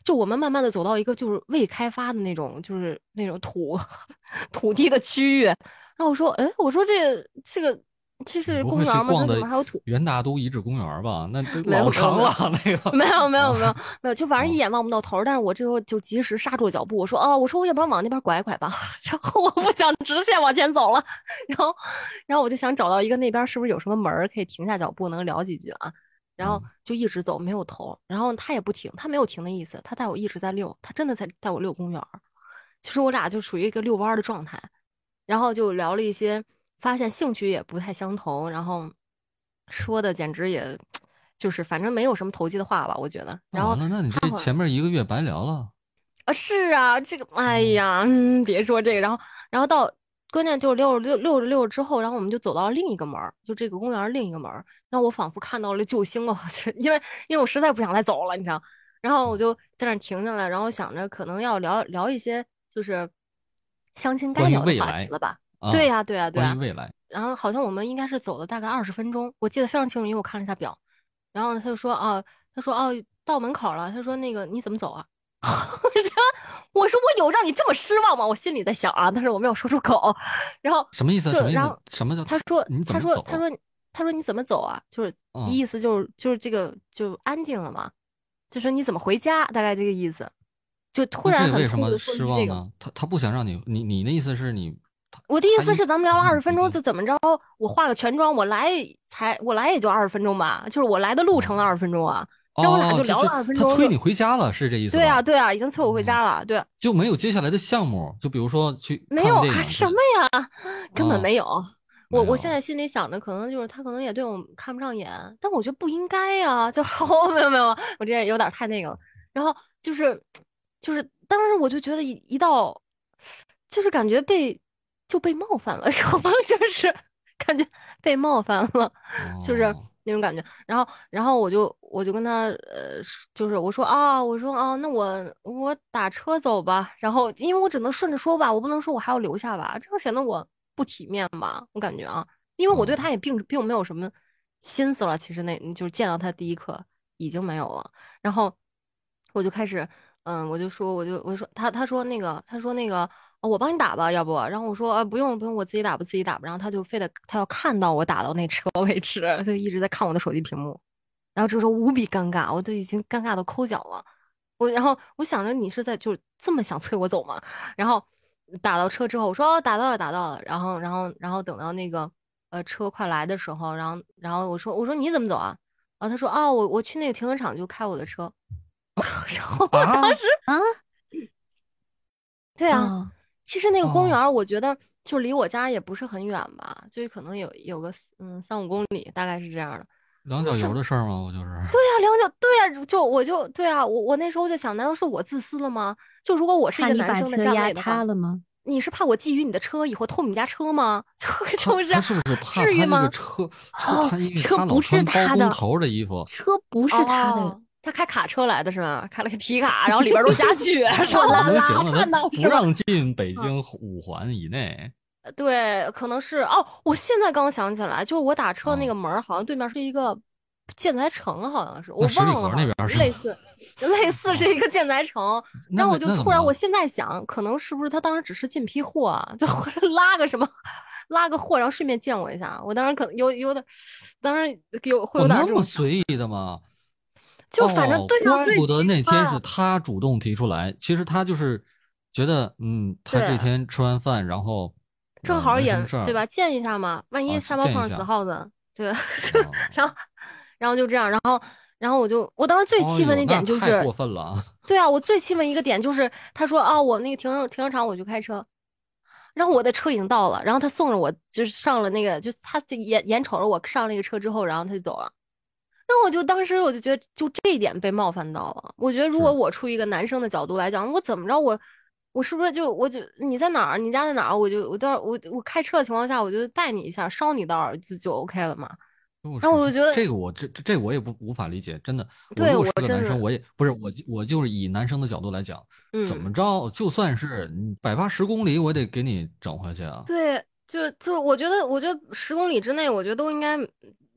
S3: 就我们慢慢的走到一个就是未开发的那种，就是那种土 土地的区域，然后我说，哎，我说这个这个这 是
S1: 你不
S3: 公
S1: 会去
S3: 园吗？它
S1: 逛
S3: 怎
S1: 的
S3: 么还有土？
S1: 元大都遗址公园吧？那都
S3: 没有
S1: 老长
S3: 没有
S1: 了， 那个
S3: 没有没有没有
S1: 啊
S3: 没有，就反正一眼望不到头儿。但是我这时候就及时刹住了脚步，我说啊，我说我要不然往那边拐一拐吧， 然后我不想直线往前走了，然后然后我就想找到一个那边是不是有什么门儿可以停下脚步能聊几句啊，然后就一直走没有头儿，然后他也不停，他没有停的意思，他带我一直在溜，他真的在带我溜公园儿，其实我俩就处于一个遛弯儿的状态，然后就聊了一些，发现兴趣也不太相同，然后说的简直也。就是反正没有什么投机的话吧，我觉得。
S1: 那
S3: 然后
S1: 完了，哦那你这前面一个月白聊了，
S3: 啊，是啊，这个，哎
S1: 嗯
S3: 呀，嗯，别说这个，然后，然后到关键就是溜着溜溜着溜着之后，然后我们就走到另一个门儿，就这个公园儿另一个门儿，然后我仿佛看到了救星哦，因为因为我实在不想再走了，你知道，然后我就在那儿停下来，然后想着可能要聊聊一些就是相亲该
S1: 关于
S3: 聊的
S1: 未
S3: 话
S1: 来
S3: 题了吧？
S1: 啊
S3: 对呀，对呀，对呀
S1: 关于，未来，
S3: 然后好像我们应该是走了大概二十分钟，我记得非常清楚，因为我看了一下表。然后呢，他就说啊，他说哦、到门口了。他说那个你怎么走啊？ 我说我说我有让你这么失望吗？我心里在想啊，但是我没有说出口。然后
S1: 什么意思？啊
S3: 就
S1: 什么意
S3: 然后
S1: 思？什么叫
S3: 他说
S1: 你怎
S3: 他
S1: 么
S3: 说
S1: 走？啊
S3: 他说他说你怎么走啊？就是
S1: 嗯
S3: 意思就是就是这个就安静了嘛，就说你怎么回家？大概这个意思。就突
S1: 那
S3: 然
S1: 这
S3: 很
S1: 为什
S3: 突
S1: 么
S3: 兀
S1: 失
S3: 这
S1: 望
S3: 个。
S1: 呢？他他不想让你，你你的意思是你，他
S3: 我的意
S1: 他
S3: 思
S1: 应
S3: 是，咱们聊
S1: 嗯
S3: 了二十分钟，
S1: 嗯
S3: 就怎么着？我化个全妆，我来才我来也就二十分钟吧，就是我来的路程的二十分钟啊。然后我俩
S1: 哦
S3: 就聊
S1: 是
S3: 了20分
S1: 他
S3: 钟
S1: 催
S3: 就
S1: 你回家了，是这意思吧？嗯
S3: 对啊，对啊，已经催我回家了。对，
S1: 就没有接下来的项目，就比如说去
S3: 没
S1: 看
S3: 有
S1: 个电
S3: 啊，
S1: 影之
S3: 什
S1: 类
S3: 么
S1: 的
S3: 呀，根本
S1: 哦
S3: 没有。
S1: 没有
S3: 我
S1: 啊
S3: 我现在心里想着，可能就是他可能也对我看不上眼，但我觉得不应该呀、就 好，没有没有，我这有点太那个了。然后就是就是，当时我就觉得一一到，就是感觉被就被冒犯了， 然后就是感觉被冒犯了。就是
S1: 哦
S3: 那种感觉。然后，然后我就我就跟他呃，说就是我说啊，我说啊，那我我打车走吧。然后，因为我只能顺着说吧，我不能说我还要留下吧，这样显得我不体面吧，我感觉啊，因为我对
S1: 嗯
S3: 他也并并没有什么心思了。其实那就是见到他第一刻已经没有了。然后我就开始，嗯，我就说，我就我说他他说那个他说那个。哦我帮你打吧，要不？然后我说啊，不用不用，我自己打吧，自己打吧。然后他就非得他要看到我打到那车为止， 他就一直在看我的手机屏幕。然后这时候无比尴尬，我都已经尴尬到抠脚了。我然后我想着你是在就是这么想催我走吗？然后打到车之后，我说哦，打到了，打到了。然后然后然后等到那个呃车快来的时候，然后然后我说我说你怎么走啊？然后他说啊，我我去那个停车场就开我的车。 然后我
S1: 啊
S3: 当时
S2: 啊，
S3: 对啊。
S2: 哦
S3: 其实那个公
S1: 哦
S3: 园儿，我觉得就离我家也不是很远吧，就是可能有有个四嗯三五公里，大概是这样的。
S1: 两脚油的事儿吗？我就是
S3: 对呀、两脚对呀、就我就对啊，我我那时候就想，难道是我自私了吗？就如果我是一
S2: 怕
S3: 个
S2: 你
S3: 男
S2: 把
S3: 生的
S2: 车
S3: 站
S2: 压
S3: 位的话
S2: 塌，了吗？
S3: 你是怕我觊觎你的车，以后偷你家车吗？ 就
S1: 他
S3: 就是
S1: 哦他是不是怕
S3: 至于
S1: 他那
S3: 吗
S1: 个车车
S2: 哦
S1: 他因为
S2: 车
S1: 他老
S2: 不是
S1: 穿
S2: 他
S1: 包工
S2: 的
S1: 头的衣服，
S2: 车不是他的
S3: 哦，他开卡车来的是吗？开了个皮卡，然后里边都 家具，然后
S1: 怎
S3: 拉
S1: 么
S3: 拉
S1: 行了，
S3: 看到
S1: 他
S3: 是嗯
S1: 不
S3: 吧？
S1: 让进北京五环以内。
S3: 对，可能是哦，我现在刚想起来，就是我打车那
S1: 哦
S3: 个门儿，好像对面是一个建材城，好像是我
S1: 那十
S3: 忘
S1: 里
S3: 了
S1: 河
S3: 好
S1: 那
S3: 像，
S1: 边是哦
S3: 类似类似是一个建 材城。然
S1: 那
S3: 后我
S1: 那
S3: 就
S1: 那怎
S3: 突然，
S1: 么
S3: 我现在想，可能是不是他当时只是进批货啊，就
S1: 哦
S3: 拉个什么，拉个货，然后顺便见我一下。我当时可能有有点，当时有会
S1: 我
S3: 有点
S1: 哦那
S3: 这
S1: 么
S3: 种，
S1: 随意的吗？
S3: 就反正
S1: 哦
S3: 对上啊
S1: 怪
S3: 最
S1: 不得那天
S3: 奇葩
S1: 是他主动提出来，其实他就是觉得，嗯，他
S3: 对
S1: 这天吃完饭，然后
S3: 正好也对？
S1: 呃
S3: 吧，
S1: 没
S3: 见一下嘛，万一
S1: 啊
S3: 下班
S1: 见一
S3: 碰上
S1: 下哦
S3: 死耗子，对吧？
S1: 什么事儿
S3: 然后，然后就这样，然后，然后我就，我当时最
S1: 哦
S3: 气愤的
S1: 哎呦
S3: 一点
S1: 那
S3: 就是，
S1: 太过分了啊！
S3: 对啊，我最气愤一个点就是，他说啊，我那个停车停车场我就开车，然后我的车已经到了，然后他送着我就是上了那个，就他眼眼瞅着我上那个车之后，然后他就走了。那我就当时我就觉得，就这一点被冒犯到了。我觉得如果
S1: 是
S3: 我出于一个男生的角度来讲，我怎么着我我是不是就我就你在哪儿，你家在哪儿，我就我到时候我我开车的情况下，我就带你一下，捎你到儿就就 OK 了嘛。
S1: 然
S3: 然后我就觉得
S1: 这个我这这这我也不无法理解，真的。
S3: 对
S1: 我如果
S3: 我
S1: 是个
S3: 真
S1: 男生，
S3: 的
S1: 我也不是我就我就是以男生的角度来讲，
S3: 嗯，
S1: 怎么着就算是百八十公里，我也得给你整回去啊！
S3: 对，就就我觉得，我觉得十公里之内，我觉得都应该，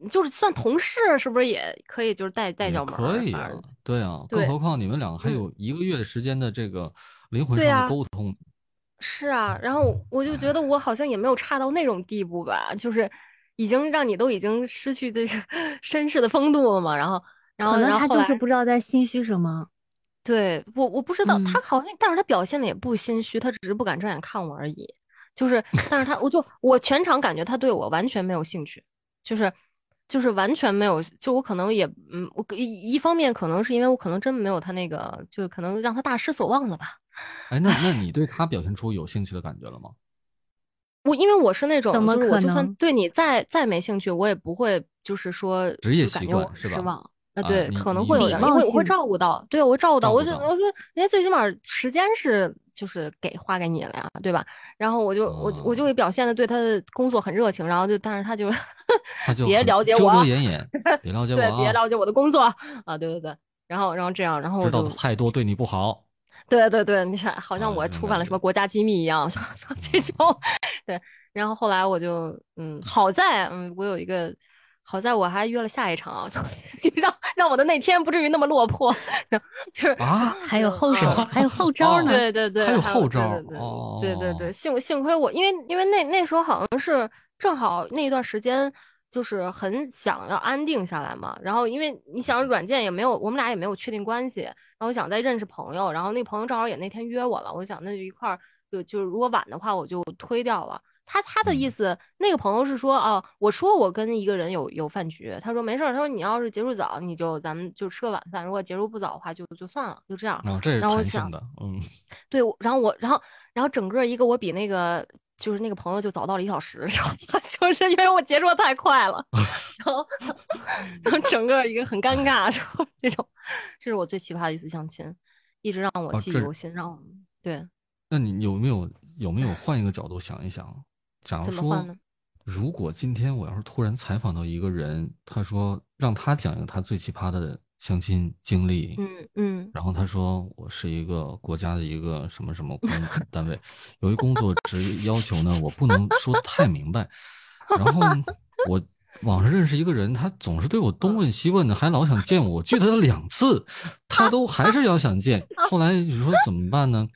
S3: 就是算同事，是不是也可以，就是带带
S1: 也
S3: 小门儿
S1: 可以
S3: 反
S1: 啊
S3: 正，
S1: 对啊，
S3: 对嗯
S1: 更何况你们两个还有一个月的时间的这个灵魂
S3: 对
S1: 上
S3: 啊
S1: 的沟通，
S3: 是啊，然后
S1: 嗯
S3: 我就觉
S1: 哎
S3: 得我好像也没有差到那种地步吧，就是已经让你都已经失去这个 绅士的风度了嘛。然后，然后，
S2: 可能
S3: 然
S2: 他
S3: 后后
S2: 就
S3: 来
S2: 是不知道在心虚什么。
S3: 对我我不知道，他
S2: 嗯
S3: 好像，但是他表现的也不心虚，他只是不敢正眼看我而已。就是，但是他，我就我全场感觉他对我完全没有兴趣，就是，就是完全没有，就我可能也，嗯，我一一方面可能是因为我可能真没有他那个，就是可能让他大失所望了吧。
S1: 哎，那那你对他表现出有兴趣的感觉了吗？
S3: 我因为我是那种，
S2: 怎么
S3: 就是我
S2: 可
S3: 就算
S2: 能
S3: 对你再再没兴趣，我也不会就是说
S1: 职业
S3: 就感
S1: 习
S3: 觉我
S1: 惯
S3: 很
S1: 是吧
S3: 失望。啊，
S1: 啊
S3: 对，
S1: 你
S3: 可能
S1: 你
S3: 会有
S1: 礼
S3: 点，
S2: 貌
S3: 我会我会
S2: 性
S3: 照顾到，对我照顾到，
S1: 照
S3: 我
S1: 顾
S3: 就
S1: 到
S3: 我说，人家最起码时间是就是给花给你了呀，对吧？然后我就我就我就
S1: 哦
S3: 会表现的对他的工作很热情，然后就但是他就
S1: 他就
S3: 别
S1: 很
S3: 了解
S1: 遮
S3: 我
S1: 遮
S3: 啊
S1: 掩掩，别了解我
S3: 对别
S1: 啊，
S3: 了解我的工作啊，对对对，然后然后这样，然后我
S1: 知道
S3: 就
S1: 的太多对你不 好。
S3: 对对对，你看，好
S1: 啊
S3: 像
S1: 有
S3: 我
S1: 这种
S3: 触
S1: 感
S3: 犯了什么
S1: 觉
S3: 国家机密一样， 像像这种，对。然后后来我就，嗯，好在，嗯，我有一个，好在我还约了下一场啊，就 让让我的那天不至于那么落魄， 就是
S1: 啊
S2: 还有后手，
S1: 啊
S2: 还有后招
S1: 哦
S2: 呢。
S3: 对对对，
S1: 还有
S3: 还
S1: 后
S3: 对
S1: 招儿
S3: 对对
S1: 哦
S3: 对对对，幸幸亏我，因为因为那那时候好像是正好那一段时间，就是很想要安定下来嘛。然后因为你想，软件也没有，我们俩也没有确定关系，然后想再认识朋友，然后那朋友正好也那天约我了，我想那就一块儿，就就是如果晚的话，我就推掉了。他他的意
S1: 嗯
S3: 思，那个朋友是说啊，我说我跟一个人有有饭局，他说没事儿，他说你要是结束早，你就咱们就吃个晚饭，如果结束不早的话就就算了，就这样。
S1: 啊，这是
S3: 然后我
S1: 弹
S3: 想
S1: 性的，嗯，
S3: 对，我然后我，然后，然后整个一个我比那个就是那个朋友就早到了一小时，然后 就是因为我结束得太快 了，然后， 然后整个一个很尴尬， 然后这种，这是我最奇葩的一次相亲，一直让我
S1: 哦
S3: 记忆
S1: 这
S3: 犹新，让我对
S1: 那你有没有有没有换一个角度想一想？假如
S3: 怎么
S1: 说
S3: 换呢，
S1: 如果今天我要是突然采访到一个人，他说让他讲一个他最奇葩的相亲经历，
S3: 嗯嗯，
S1: 然后他说我是一个国家的一个什么什么工单位，有一工作职要求呢，我不能说得太明白。然后我网上认识一个人，他总是对我东问西问的，还老想见我，我拒他了两次，他都还是要想见。后来你说怎么办呢？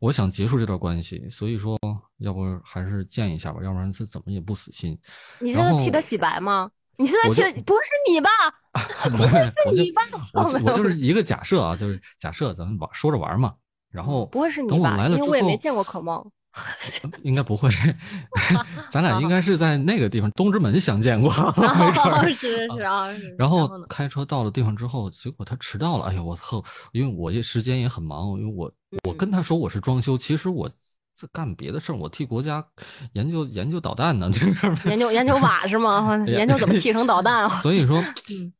S1: 我想结束这段关系，所以说要不还是见一下吧，要不然他怎么也不死心。
S3: 你现
S1: 然
S3: 在替他
S1: 后
S3: 洗白吗？你现在
S1: 我
S3: 替
S1: 就
S3: 他不是你吧？
S1: 不是，我就
S3: 你吧
S1: 我
S3: 好
S1: 就
S3: 吧
S1: 我就是一个假设啊，就是假设咱们玩说着玩嘛。然后
S3: 不会是你
S1: 等我
S3: 吧？
S1: 来
S3: 因
S1: 了
S3: 为
S1: 之
S3: 我也没
S1: 后
S3: 见过可梦，。
S1: 应该不会，咱俩应该是在那个地方东直门相见过， 没准儿
S3: 哦 是是啊，是
S1: 然后
S3: 呢？
S1: 开车到了地方之后，结果他迟到了。哎呦，我操！因为我也时间也很忙，因为我
S3: 嗯
S1: 我跟他说我是装修，其实我在干别的事儿，我替国家研究研究导弹呢，这边儿
S3: 研究研究瓦是吗？
S1: 哎
S3: 研究怎么砌成导弹啊？
S1: 所以 说，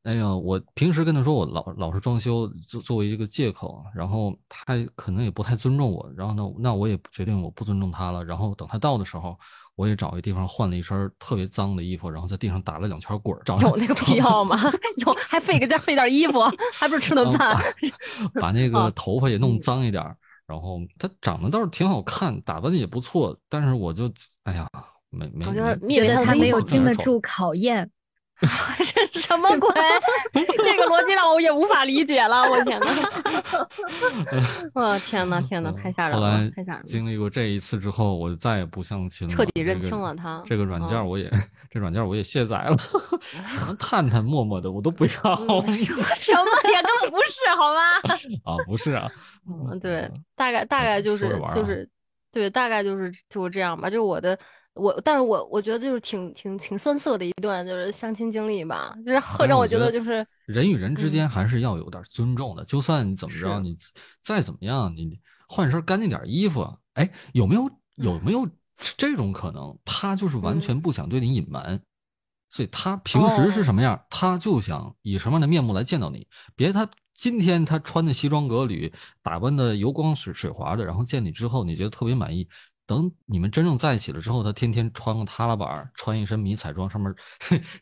S1: 哎呀，我平时跟他说我老老是装修，作作为一个借口，啊然后他可能也不太尊重我，然后呢，那我也决定我不尊重他了。然后等他到的时候，我也找一地方换了一身特别脏的衣服，然后在地上打了两圈滚儿，找
S3: 有那个必 要吗？有还费个劲儿费点衣服，还不如吃顿饭。
S1: 嗯 把把那个
S3: 啊
S1: 头发也弄脏一点儿。然后他长得倒是挺好看，打扮的也不错，但是我就哎呀，没没
S3: 我觉得
S1: 没
S3: 灭
S2: 觉
S3: 绝
S2: 得
S3: 他
S2: 他
S3: 的
S2: 没
S3: 意
S2: 有
S3: 思
S2: 经得住考验。
S3: 这是 什么鬼？ 这个逻辑让我也无法理解了，我天呐！ 我天呐，天呐，
S1: 嗯
S3: 太吓人
S1: 后
S3: 了
S1: 来，
S3: 太吓人了！啊
S1: 经历过这一次之后，我就再也不相亲了，
S3: 彻底
S1: 这
S3: 认
S1: 个
S3: 清了它
S1: 这个软件
S3: 嗯
S1: 我也，这软件我也卸载 了， 什么探探、陌陌的我都不要、
S3: 嗯什么 什么也根 本不是，好吗？
S1: 啊，不是啊，
S3: 嗯，对，大概大概就
S1: 说着
S3: 是
S1: 玩儿
S3: 就
S1: 啊
S3: 是，对，大概就是就是这样吧。就是我的我，但是我我觉得就是挺挺挺酸涩的一段就是相亲经历吧，就是很
S1: 但是
S3: 让
S1: 哎我
S3: 觉
S1: 觉
S3: 得
S1: 得
S3: 就是
S1: 人与人之
S3: 嗯
S1: 间还是要有点尊重的，就算你怎么着，
S3: 是
S1: 你再怎么样，你换身干净点衣服，哎，有没有有没有这种可能？他就是完
S3: 嗯
S1: 全不想对你隐瞒，所以他平时
S3: 哦
S1: 是什么样，他就想以什么样的面目来见到你。别他今天他穿的西装革履，打扮的油光水水滑的，然后见你之后你觉得特别满意。等你们真正在一起了之后，他天天穿个塌拉板儿，穿一身迷彩 装，上面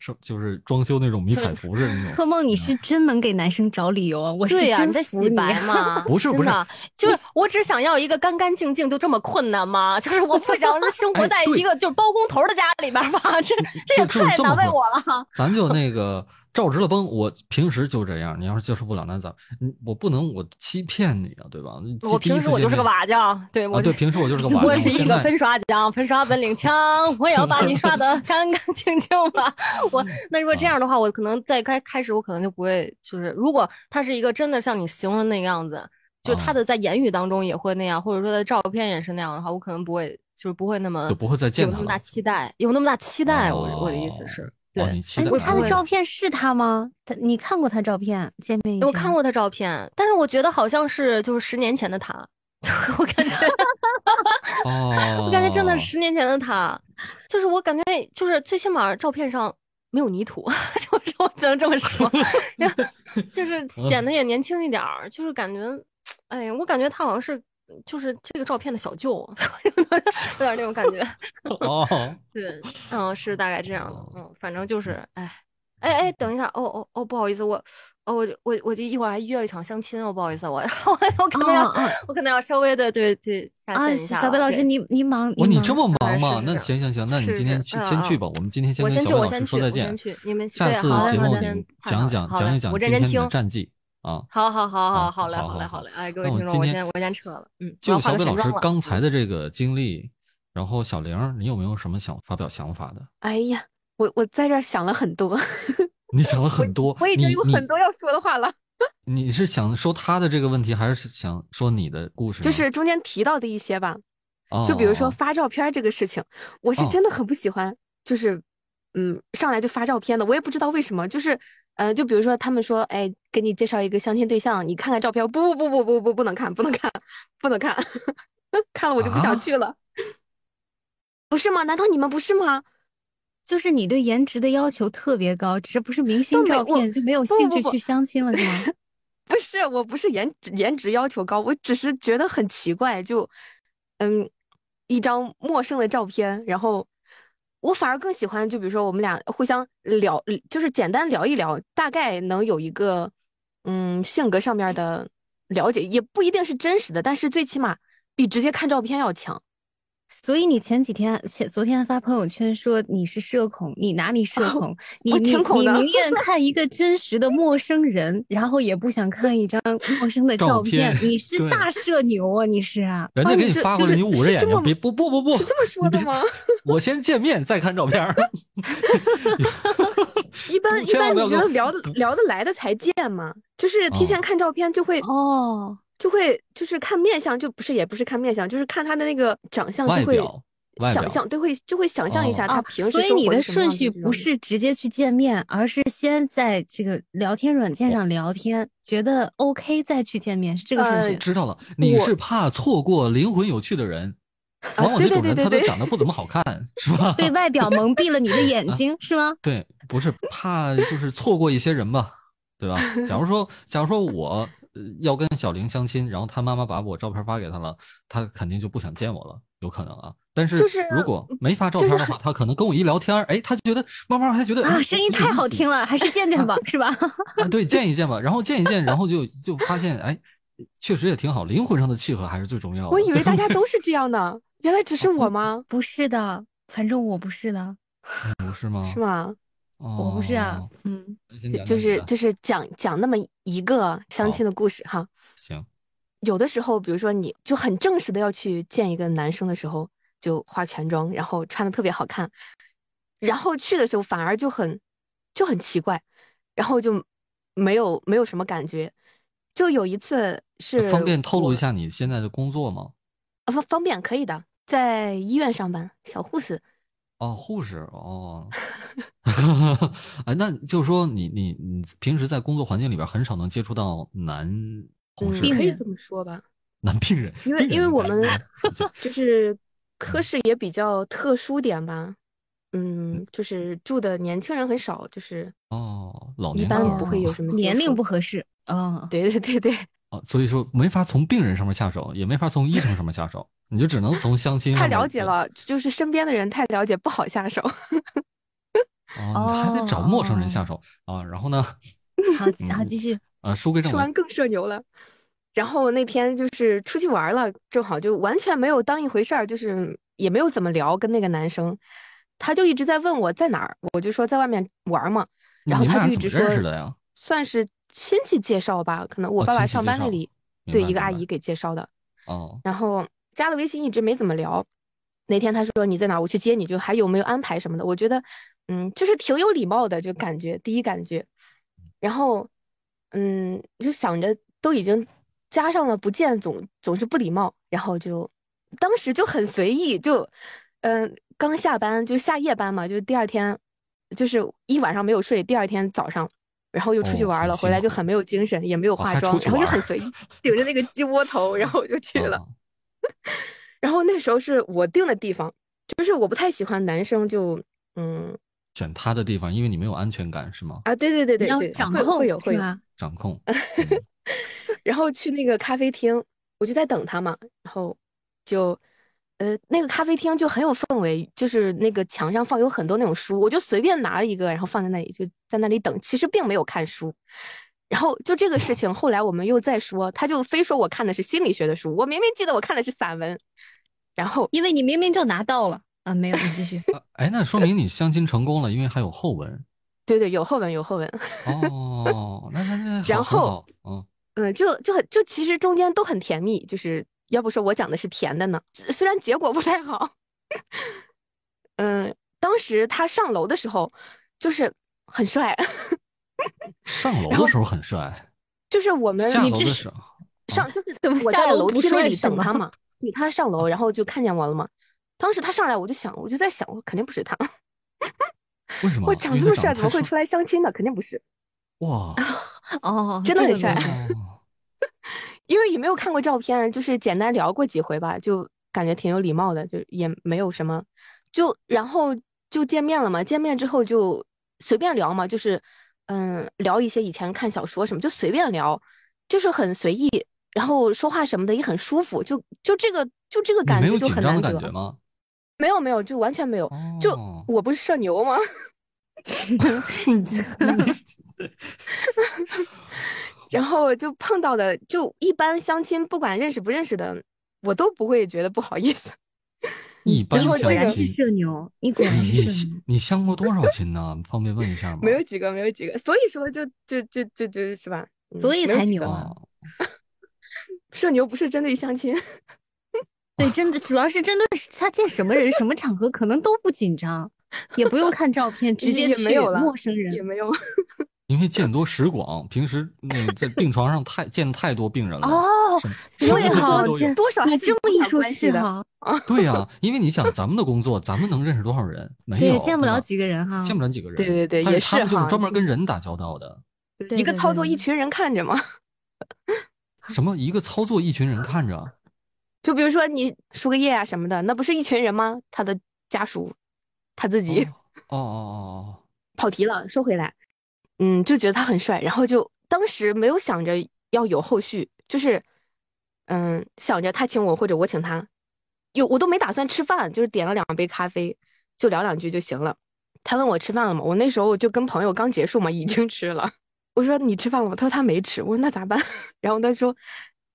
S1: 是就是装修那种迷彩服似的那种。
S2: 柯梦，你是真能给男生找理由啊！我是
S3: 对呀、
S2: 真
S3: 你在
S2: 服
S3: 洗
S2: 你
S3: 白
S2: 啊
S3: 吗？
S1: 不是
S3: 真
S1: 不是
S3: 的就是我只想要一个干干净净，就这么困难吗？就是我不想生活
S1: 哎
S3: 在
S1: 对嗯
S3: 一个就是包工头的家里边吧？这这
S1: 就
S3: 也
S1: 就是
S3: 太
S1: 这么
S3: 难为
S1: 回
S3: 我了。
S1: 咱就那个照直了崩，我平时就这样。你要是接受不了，那咱嗯我不能我欺骗你啊，对吧？
S3: 我
S1: 第一
S3: 平
S1: 次
S3: 时我
S1: 见
S3: 就是
S1: 面
S3: 个瓦匠，对我
S1: 啊，
S3: 就
S1: 对，平时我就是个瓦匠。
S3: 我是一
S1: 现
S3: 个
S1: 在
S3: 粉刷匠，粉刷本领强，我也要把你刷 得干干净净吧。我
S1: 嗯
S3: 那如果这
S1: 啊
S3: 样的话，我可能在开开始我可能就不会，就是如果他是一个真的像你形容的那个样子，就是
S1: 啊
S3: 他的在言语当中也会那样，或者说在照片也是那样的话，我可能不会，就是不会那么
S1: 就不会再见
S3: 有
S1: 他
S3: 那么
S1: 了
S3: 大期待，有那么大期待。我我的意
S1: 哦
S3: 思是，
S1: 哦，
S3: 对
S1: 你，期
S2: 哎
S1: 待，
S2: 他
S3: 不
S2: 的
S3: 会
S2: 照片是他吗？他你看过他照片？见面以
S3: 我
S2: 前
S3: 看过他照片，但是我觉得好像是就是十年前的他， 我感觉。
S1: 哦，
S3: 我感觉真的十年前的他，就是我感觉就是最起码照片上没有泥土， 就是我只能这么说， 然后就是显
S1: 嗯
S3: 得也年轻一点儿，就是感觉，哎呀，我感觉他好像是就是这个照片的小舅， 有点那种感觉。
S1: 哦，
S3: 对，嗯，是大概这样
S1: 哦
S3: 的，嗯，反正就是，哎，哎哎，等一下，哦哦哦，不好意思，我，哦我我我这一会儿还约了一场相亲，哦，不好意思，我我我可能要、
S2: 哦哦
S3: 我可能要稍微的对对下
S2: 啊，
S3: 线一下了，
S2: 小白老
S3: 对
S2: 师，你你忙，
S1: 我哦你
S2: 忙
S1: 这么忙
S3: 是
S1: 吗？
S3: 是
S1: 那
S3: 是
S1: 行行行，那你
S3: 是
S1: 今天
S3: 是
S1: 先
S3: 嗯
S1: 先去
S3: 嗯
S1: 吧。我们今天先
S3: 我
S1: 跟
S3: 先
S1: 小
S3: 去
S1: 白
S3: 我
S1: 老师
S3: 先
S1: 说
S3: 去
S1: 再
S3: 我先
S1: 见
S3: 去你们。
S1: 下
S3: 对
S1: 次
S3: 好嘞
S1: 节
S3: 好
S1: 目
S3: 嘞
S1: 你
S3: 先太
S1: 讲
S3: 好了
S1: 讲
S3: 好
S1: 讲
S3: 嘞
S1: 一讲
S3: 我
S1: 今
S3: 认
S1: 天
S3: 真
S1: 你的
S3: 听
S1: 战绩啊。
S3: 好好好好
S1: 好
S3: 好嘞
S1: 好
S3: 嘞
S1: 好
S3: 好嘞，哎，各位
S1: 那我
S3: 听众，
S1: 今
S3: 我
S1: 天
S3: 先我先撤了，嗯，我要
S1: 就
S3: 换
S1: 小
S3: 个
S1: 北老
S3: 神
S1: 师
S3: 装了。嗯
S1: 刚才的这个经历，然后小玲儿，你有没有什么想发表想法的？
S5: 哎呀，我我在这儿想了很多，
S1: 你想了很多，
S5: 我已经有
S1: 你
S5: 很多要说的话了。
S1: 你。你是想说他的这个问题，还是想说你的故事呢？
S5: 就是中间提到的一些吧，
S1: 哦，
S5: 就比如说
S1: 嗯哦
S5: 发照片儿这个事情，我是
S1: 哦
S5: 真的很不喜欢，就是嗯，上来就发照片的，我也不知道为什么，就是呃，就比如说他们说，哎，给你介绍一个相亲对象，你看看照片，不不不不不不，不能看，不能看，不能看， 看了我就不
S1: 啊
S5: 想去了， 不是吗？难道你们不是吗？
S2: 就是你对颜值的要求特别高，只是不是明星
S5: 没
S2: 照
S5: 我
S2: 片就没有
S5: 不
S2: 兴
S5: 不
S2: 趣
S5: 不
S2: 去相亲了，是吗？
S5: 不是，我不是颜值颜值要求高，我只是觉得很奇怪，就嗯，一张陌生的照片，然后我反而更喜欢，就比如说我们俩互相聊，就是简单聊一聊，大概能有一个嗯性格上面的了解，也不一定是真实的，但是最起码比直接看照片要强。
S2: 所以你前几天前昨天发朋友圈说你是社恐，你哪里社
S5: 啊
S2: 恐？你
S5: 我
S2: 你
S5: 挺恐
S2: 你
S5: 的
S2: 宁 愿看一个真实的陌生人，然后也不想看一张陌生的
S1: 照
S2: 照片。
S1: 片
S2: 你是
S1: 对
S2: 大社牛啊，你是啊？
S1: 人家
S5: 哦
S1: 给
S5: 你
S1: 你
S5: 这
S1: 发
S5: 就
S1: 过来，
S5: 是
S1: 你捂着
S5: 是
S1: 眼
S5: 这
S1: 睛，
S5: 么
S1: 别不不不不，
S5: 是这么说
S1: 你
S5: 的
S1: 别
S5: 吗？
S1: 我先见面再看照片儿。
S5: 一般一
S1: 千万
S5: 般，
S1: 不
S5: 你
S1: 要跟我
S5: 觉得聊得
S1: 不
S5: 聊得来的才见嘛，就是提前
S1: 哦
S5: 看照片就会
S2: 哦，
S5: 就会就是看面相，就不是也不是看面相，就是看他的那个长相，
S1: 外
S5: 就会
S1: 表外
S5: 想
S1: 表
S5: 象，对，会就会想象一下
S1: 哦
S5: 他
S2: 啊，
S5: 平时
S2: 所以
S5: 生
S2: 你
S5: 活
S2: 的
S5: 什么
S2: 顺
S5: 样子
S2: 序
S5: 这
S2: 不
S5: 种
S2: 是直接去见面，而是先在这个聊天软件上聊天，觉得 OK 再去见面，是这个顺
S5: 呃
S2: 序。
S1: 知道了，你
S5: 我啊
S1: 是怕错过灵魂有趣的人，往往
S5: 对
S1: 那种
S5: 对
S1: 人
S5: 对
S1: 他都
S5: 对
S1: 长得不怎么好看，是吧？
S2: 对外表蒙蔽了你的眼睛，是吗？
S1: 对，不是怕就是错过一些人吧，对吧？假如说，假如说我呃要跟小玲相亲，然后她妈妈把我照片发给她了，她肯定就不想见我了，有可能啊。但是
S5: 就是
S1: 如果没发照片的话，她可能跟我一聊天儿，哎，她就觉得慢慢还觉得哎
S2: 啊，声音太好听
S1: 了。
S2: 了，还是见见 吧，是吧？
S1: 啊，对，见一见吧，然后见一见，然后就就发现，哎，确实也挺好，灵魂上的契合还是最重要的。
S5: 我以为大家都是这样的，原来只 是我吗？
S2: 不是的，反正我不是的，
S1: 不是吗？
S5: 是吗？
S1: 哦，
S2: 我不是啊，嗯，
S1: 先讲讲你的，哦
S5: 就是就是讲讲那么一个相亲的故事哈。
S1: 行，
S5: 有的时候，比如说你就很正式的要去见一个男生的时候，就化全妆，然后穿的特别好看，然后去的时候反而就很就很奇怪，然后就没有没有什么感觉。就有一次是
S1: 方便透露
S5: 我
S1: 一下你现在的工作吗？
S5: 啊方方便可以的，在医院上班，小护士。
S1: 哦，护士 哦， 哎，那就是说你你你平时在工作环境里边很少能接触到男同事、
S5: 嗯，可以
S2: 人
S5: 这么说吧，
S1: 男病人，
S5: 因为
S1: 病人
S5: 因为
S1: 应
S5: 我
S1: 该
S5: 们
S1: 就
S5: 就是科室也比较特殊点吧，嗯，就是住的年轻人很少，就是
S1: 哦，老
S5: 一
S1: 年
S5: 般
S1: 科
S5: 不
S1: 儿
S5: 会
S1: 嘛
S5: 有什么接
S2: 年龄
S5: 触
S2: 不合适， 嗯，
S5: 对对对对，
S1: 哦，所以说没法从病人上面下手，也没法从医生上面下手，你就只能从相亲
S5: 太
S1: 上面
S5: 了解了，就是身边的人太了解，不好下手。
S1: 哦，你还得找陌生人
S5: 哦
S1: 下手啊。然后呢，
S2: 好，好，继续，
S1: 啊，书归正
S5: 说完
S1: 文，
S5: 更社牛了。然后那天就是出去玩了，正好就完全没有当一回事儿，就是也没有怎么聊跟那个男生，他就一直在问我在哪儿，我就说在外面玩嘛，然后
S1: 你们
S5: 他
S1: 俩
S5: 就一
S1: 怎么
S5: 直说
S1: 认识的呀？
S5: 算是亲戚介绍吧，可能我
S1: 哦
S5: 爸
S1: 亲
S5: 爸
S1: 戚
S5: 上
S1: 介
S5: 班那
S1: 绍
S5: 里
S1: 明
S5: 对
S1: 白
S5: 一个
S1: 明
S5: 阿
S1: 白
S5: 姨给介绍的，
S1: 哦，
S5: 然后加了微信一直没怎么聊。那天他说你在哪儿，我去接你，就还有没有安排什么的。我觉得，嗯，就是挺有礼貌的，就感觉第一感觉。然后，嗯，就想着都已经加上了不见总总是不礼貌，然后就当时就很随意，就嗯、刚下班就下夜班嘛，就第二天就是一晚上没有睡，第二天早上。然后又出去
S1: 哦
S5: 玩
S1: 很
S5: 了，
S1: 辛
S5: 回来就
S1: 苦
S5: 很没有精神，也没有
S1: 哦
S5: 化
S1: 还出
S5: 妆，
S1: 去
S5: 然后就
S1: 玩
S5: 很
S1: 儿
S5: 随 意，顶着那个鸡窝头，然后我就去了。
S1: 啊
S5: 然后那时候是我定的地方，就是我不太喜欢男生就嗯
S1: 选他的地方，因为你没有安全感是吗？
S5: 啊，对对对
S2: 你
S5: 对
S2: 要
S5: 对，
S2: 掌
S5: 会
S2: 控
S5: 会有会
S2: 是
S5: 有。
S2: 吧？
S1: 掌 控，嗯
S5: 然后去那个咖啡厅，我就在等他嘛，然后就呃那个咖啡厅就很有氛围，就是那个墙上放有很多那种书，我就随便拿了一个，然后放在那里就在那里等，其实并没有看书。然后就这个事情，后来我们又再说，他就非说我看的是心理学的书，我明明记得我看的是散文，然后
S2: 因为你明明就拿到了啊，没有，你继续，
S1: 啊哎，那说明你相亲成功了，因为还有后文。
S5: 对对有后文有后文，
S1: 哦，那那那好，很
S5: 然后
S1: 好，嗯，
S5: 嗯，就就很就其实中间都很甜蜜，就是要不说我讲的是甜的呢，虽虽然结果不太好。嗯，当时他上楼的时候，就是很帅，
S1: 上楼的时候很帅，
S5: 就是我们
S1: 下
S5: 你
S1: 楼
S5: 这
S1: 的
S5: 是
S1: 时候，
S5: 上就是
S2: 怎么
S5: 我
S2: 下
S5: 在
S2: 楼
S5: 楼
S2: 不
S5: 梯那
S2: 帅
S5: 里
S2: 是
S5: 等他
S2: 吗
S5: 嘛，等他上楼，然后就看见我了嘛。当时他上来，我就想，我就在想，我肯定不是他，
S1: 为什么？
S5: 我
S1: 因
S5: 长
S1: 为
S5: 这
S1: 他长
S5: 么帅，
S1: 得
S5: 怎么
S1: 太
S5: 会出来相亲呢？肯定不是，
S1: 哇，
S2: 哦，
S5: 真的
S2: 这
S5: 很
S2: 个
S5: 帅
S2: 逻辑
S1: 哦
S5: 因为也没有看过照片，就是简单聊过几回吧，就感觉挺有礼貌的，就也没有什么，就然后就见面了嘛。见面之后就随便聊嘛，就是嗯，聊一些以前看小说什么，就随便聊，就是很随意，然后说话什么的也很舒服，就就这个就这个
S1: 你
S5: 感
S1: 没
S5: 觉
S1: 有
S5: 就
S1: 紧
S5: 很
S1: 张
S5: 难
S1: 的
S5: 得
S1: 感。觉吗？
S5: 没有没有，就完全没有。就
S1: 哦
S5: 我不是社牛吗？ 然后就碰到的，就一般相亲，不管认识不认识的，我都不会觉得不好意思。
S1: 一般
S2: 你
S5: 后
S2: 果
S5: 这
S1: 相
S2: 然
S5: 个
S2: 是
S1: 亲，
S2: 社牛，你果然
S1: 你你
S2: 是社
S1: 相
S2: 牛，
S1: 你相过多少亲呢？方便问一下吗？
S5: 没有几个，没有几个，所以说就就就就就是吧，嗯
S2: 所以
S5: 没有
S2: 才
S5: 几
S2: 牛
S5: 个
S2: 啊。
S1: 哦
S5: 社牛不是针对相亲，
S2: 对，真的主要是针对他见什么人、什么场合，可能都不紧张，也不用看照片，直
S5: 也
S2: 接
S5: 也
S2: 去
S5: 没有了
S2: 陌生
S5: 也
S2: 人。
S5: 没有。
S1: 因为见多识广，平时那个在病床上太见太多病人了。
S2: 哦
S1: 什么，什么东
S2: 对
S1: 西
S2: 哈，
S1: 都有
S2: 这
S5: 多少还
S2: 你
S5: 是
S2: 这么
S5: 有
S2: 一
S5: 点
S2: 说，
S5: 关系
S2: 是
S5: 的
S2: 哈，
S1: 对呀、因为你想咱们的工作，咱们能认识多少人？没有，
S2: 对，见不
S1: 对
S2: 了
S1: 吧
S2: 几个人哈，
S1: 见不了几个人。
S5: 啊对对对
S1: 但
S5: 也
S1: 是他
S5: 是
S1: 们就是
S5: 哈
S1: 专门跟人打交道 的。
S2: 对
S5: 一个
S2: 对
S5: 操作，
S2: 对
S5: 一群人看着嘛。
S1: 什么一个操作，一群人看 着，哦
S5: 就比如说你输个液啊什么的，那不是一群人吗？他的家属，他自己、
S1: 哦哦哦
S5: 跑题了，说回来，嗯，就觉得他很帅，然后就当时没有想着要有后续，就是嗯，想着他请我或者我请他，有我都没打算吃饭，就是点了两杯咖啡，就聊两句就行了。他问我吃饭了吗？我那时候就跟朋友刚结束嘛，已经吃了。 我说你吃饭了吗？他说他没吃。我说那咋办？ 然后他说，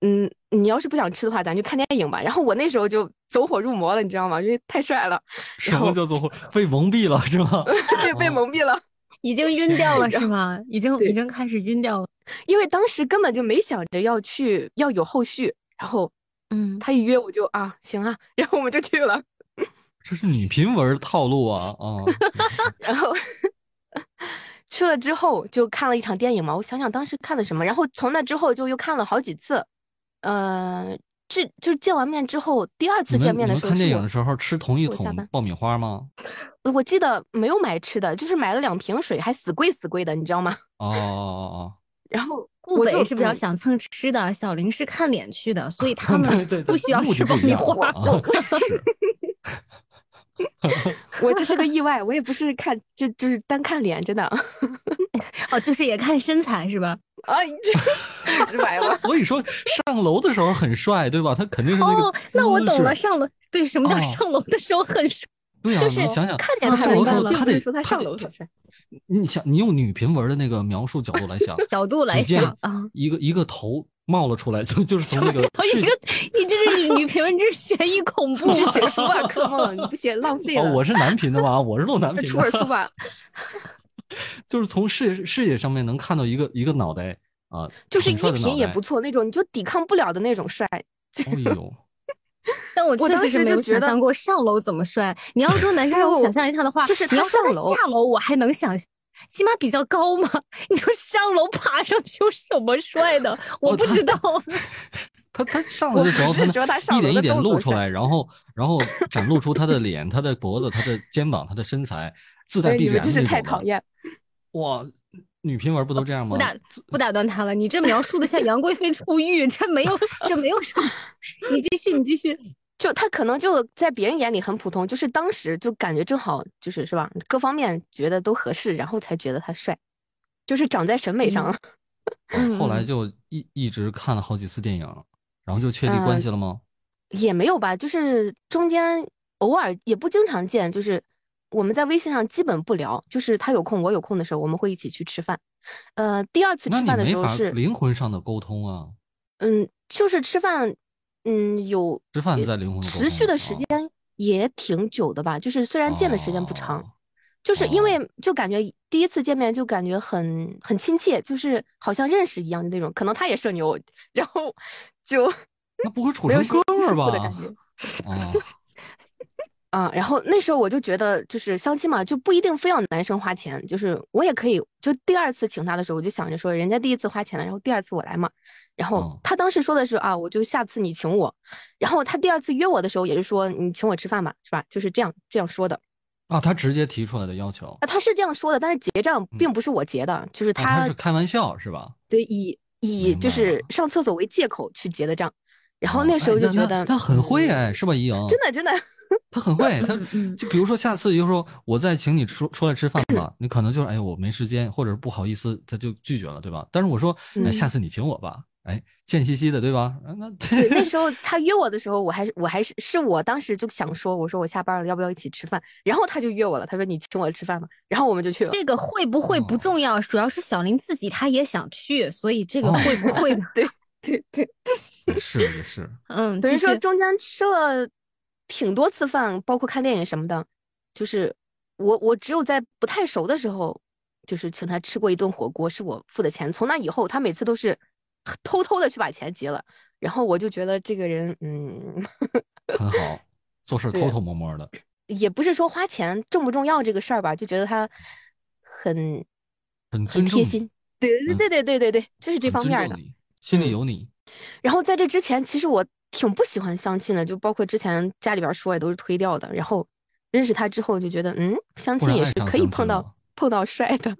S5: 嗯，你要是不想吃的话，咱就看电影吧。然后我那时候就走火入魔了，你知道吗？因为太帅了，
S1: 什么叫做会被蒙蔽了是吗？
S5: 对，被
S1: 哦
S5: 蒙蔽了。
S2: 已经晕掉了
S5: 是
S2: 是吗？已经
S5: 对
S2: 已经开始晕掉了。
S5: 因为当时根本就没想着要去要有后续，然后
S2: 嗯，
S5: 他一约我就啊行啊，然后我们就去了，
S1: 这是女频文套路啊啊！
S5: 然后去了之后就看了一场电影嘛，我想想当时看的什么，然后从那之后就又看了好几次，呃，这就是见完面之后第二次
S1: 你们
S5: 见
S1: 你
S5: 面的
S1: 们
S5: 时候
S1: 看
S5: 是
S1: 电影
S5: 我
S1: 的时候吃同一
S5: 我下
S1: 桶
S5: 班
S1: 爆米花吗？
S5: 我记得没有买吃的，就是买了两瓶水，还死贵死贵的，你知道吗？
S1: 哦哦哦
S5: 然后
S2: 顾
S5: 我
S2: 北
S5: 就是
S2: 比较
S5: 嗯
S2: 想蹭吃的，小林是看脸去的，所以他
S1: 哦，
S2: 们
S1: 对
S2: 不需要
S1: 目的
S2: 吃
S1: 不
S2: 爆
S1: 一
S2: 米
S1: 样
S2: 花。
S1: 啊，是
S5: 我这是个意外，我也不是看就就是单看脸，真的
S2: 哦，就是也看身材 是吧？
S5: 啊，直白了。
S1: 哦所以说上楼的时候很帅，对吧？他肯定是那个
S2: 哦，那我
S1: 姿
S2: 懂
S1: 势
S2: 了，上楼对什么叫
S1: 哦
S2: 上楼的时候很帅？
S1: 对啊，
S5: 就
S1: 你
S5: 是
S1: 想想，
S5: 看见
S1: 他
S5: 他
S1: 上楼
S5: 明
S1: 的时
S5: 白
S1: 候，
S5: 了
S1: 他
S5: 不是
S1: 得
S5: 说他
S1: 他
S5: 上
S1: 得
S5: 楼
S1: 他
S5: 很 帅
S1: 你想，你用女频文的那个描述角度来 想，
S2: 角度来
S1: 只见
S2: 想啊，
S1: 一个一个头冒了出来，就就是从那个
S2: 我一
S1: 视
S2: 个你这是女评论，这是悬疑恐怖
S5: 你是
S2: 啊
S5: 写舒 尔克梦，你不写浪费
S1: 哦
S5: 了。，
S1: 我是男频的嘛，我是露男
S5: 这
S1: 频
S5: 出本书
S1: 的，
S5: 吧，
S1: 就是从视野视野上面能看到一个一个脑袋啊，
S5: 就是
S1: 很
S5: 一
S1: 帅的
S5: 品
S1: 脑
S5: 也
S1: 袋
S5: 不错那种，你就抵抗不了的那种帅。
S1: 哎 呦，
S2: 但我
S5: 我
S2: 确
S5: 当
S2: 实是
S5: 时
S2: 没
S5: 就
S2: 有
S5: 觉
S2: 想
S5: 得
S2: 象过上楼怎么摔。你要说男生让
S5: 哎
S2: 我
S5: 呦
S2: 想象一下的话，
S5: 就是
S2: 你要
S5: 他
S2: 说
S5: 上
S2: 他
S5: 楼
S2: 下楼，我还能想象，起码比较高嘛。 你说上楼爬上去有什么帅的？我
S1: 哦
S2: 不
S1: 他
S2: 知 道。
S1: 他他上来
S5: 我
S1: 的时候，
S5: 不是
S1: 他
S5: 说他
S1: 那
S5: 上
S1: 一
S5: 楼
S1: 点
S5: 的
S1: 一点
S5: 动作
S1: 露出
S5: 帅
S1: 来，然后然后展露出他的脸、他的脖子、他的肩膀、他的身材，自带
S5: 对，
S1: 必
S5: 你们
S1: 然的
S5: 真
S1: 那
S5: 是太
S1: 种啊
S5: 讨
S1: 的。
S5: 厌。哦
S1: 哇，女频文不都这样吗
S2: 不？打不打断他了，你这描述的像杨贵妃出狱，这没有这没有什么。 你继续，你继续。
S5: 就他可能就在别人眼里很普通，就是当时就感觉正好就是是吧，各方面觉得都合适，然后才觉得他帅，就是长在审美上
S1: 嗯
S5: 了。
S1: 哦后来
S2: 嗯
S1: 就一一直看了好几次电影，然后就确立关
S5: 嗯
S1: 系了吗？
S5: 也没有吧，就是中间偶尔也不经常见，就是我们在微信上基本不聊，就是他有空我有空的时候，我们会一起去吃饭。呃，第二次
S1: 那
S5: 吃
S1: 你
S5: 饭的
S1: 没
S5: 时候
S1: 法
S5: 是，
S1: 灵魂上的沟通啊，
S5: 嗯，就是吃饭，嗯，有
S1: 吃饭在灵魂的沟通啊
S5: 持续的时间也挺久的吧，就是虽然见的时间不长，
S1: 哦
S5: 就是因
S1: 哦
S5: 为就感觉第一次见面就感觉很很亲切，就是好像认识一样的那种。可能他也社牛， 然后就
S1: 那不会处
S5: 没有
S1: 成
S5: 什么
S1: 哥们儿
S5: 束缚
S1: 吧
S5: 的？感觉。
S1: 啊，
S5: 啊，然后那时候我就觉得，就是相亲嘛，就不一定非要男生花钱，就是我也可以。就第二次请他的时候，我就想着说，人家第一次花钱了，然后第二次我来嘛。然后
S1: 嗯
S5: 他当时说的是啊，我就下次你请我。然后他第二次约我的时候，也是说你请我吃饭吧，是吧？就是这样这样说的。
S1: 啊，他直接提出来的要求，
S5: 啊，他是这样说的，但是结账并不是我结的，就是
S1: 啊，
S5: 他
S1: 嗯他是开玩笑是吧？
S5: 对以以
S1: 明
S5: 就
S1: 白
S5: 是
S1: 了
S5: 上厕所为借口去结的账。然后
S1: 哦
S5: 那时候
S1: 哎
S5: 就
S1: 那
S5: 觉
S1: 那
S5: 得
S1: 他很会哎，
S5: 嗯
S1: 是吧？一莹，
S5: 真的真的，
S1: 他很会，他
S2: 嗯嗯
S1: 就比如说下次就说我再请你出出来吃饭吧，你可能就是哎我没时间，或者是不好意思，他就拒绝了，对吧？但是我说哎
S5: 嗯
S1: 下次你请我吧，哎贱兮兮的，对吧？啊那
S5: 对，那时候他约我的时候，我还是我还是是我当时就想说，我说我下班了，要不要一起吃饭？然后他就约我了，他说你请我吃饭吧，然后我们就去了。
S2: 这个会不会不
S1: 哦
S2: 重要，主要是小林自己他也想去，所以这个
S1: 哦
S2: 会不会的，
S5: 对对，
S1: 也是也是，
S2: 嗯，
S5: 等于
S2: 继
S5: 说
S2: 续
S5: 中间吃了挺多次饭，包括看电影什么的，就是我我只有在不太熟的时候，就是请他吃过一顿火锅，是我付的钱。从那以后，他每次都是 偷偷的去把钱结了，然后我就觉得这个人，嗯，
S1: 很好，做事
S5: 对
S1: 偷偷摸摸的，
S5: 也不是说花钱重不重要这个事儿吧，就觉得他很
S1: 很
S5: 很
S1: 尊重
S5: 贴
S1: 你，
S5: 心。对对
S1: 嗯
S5: 对对对对对，就是这
S1: 很
S5: 方
S1: 尊
S5: 面儿
S1: 重
S5: 的。
S1: 你，心里
S5: 嗯
S1: 有你，
S5: 然后在这之前，其实我挺不喜欢相亲的，就包括之前家里边儿说也都是推掉的。然后认识他之后，就觉得嗯，相
S1: 不
S5: 亲
S1: 然
S5: 也
S1: 爱
S5: 是
S1: 上
S5: 可以
S1: 相
S5: 碰
S1: 亲
S5: 到
S1: 了
S5: 碰到帅的。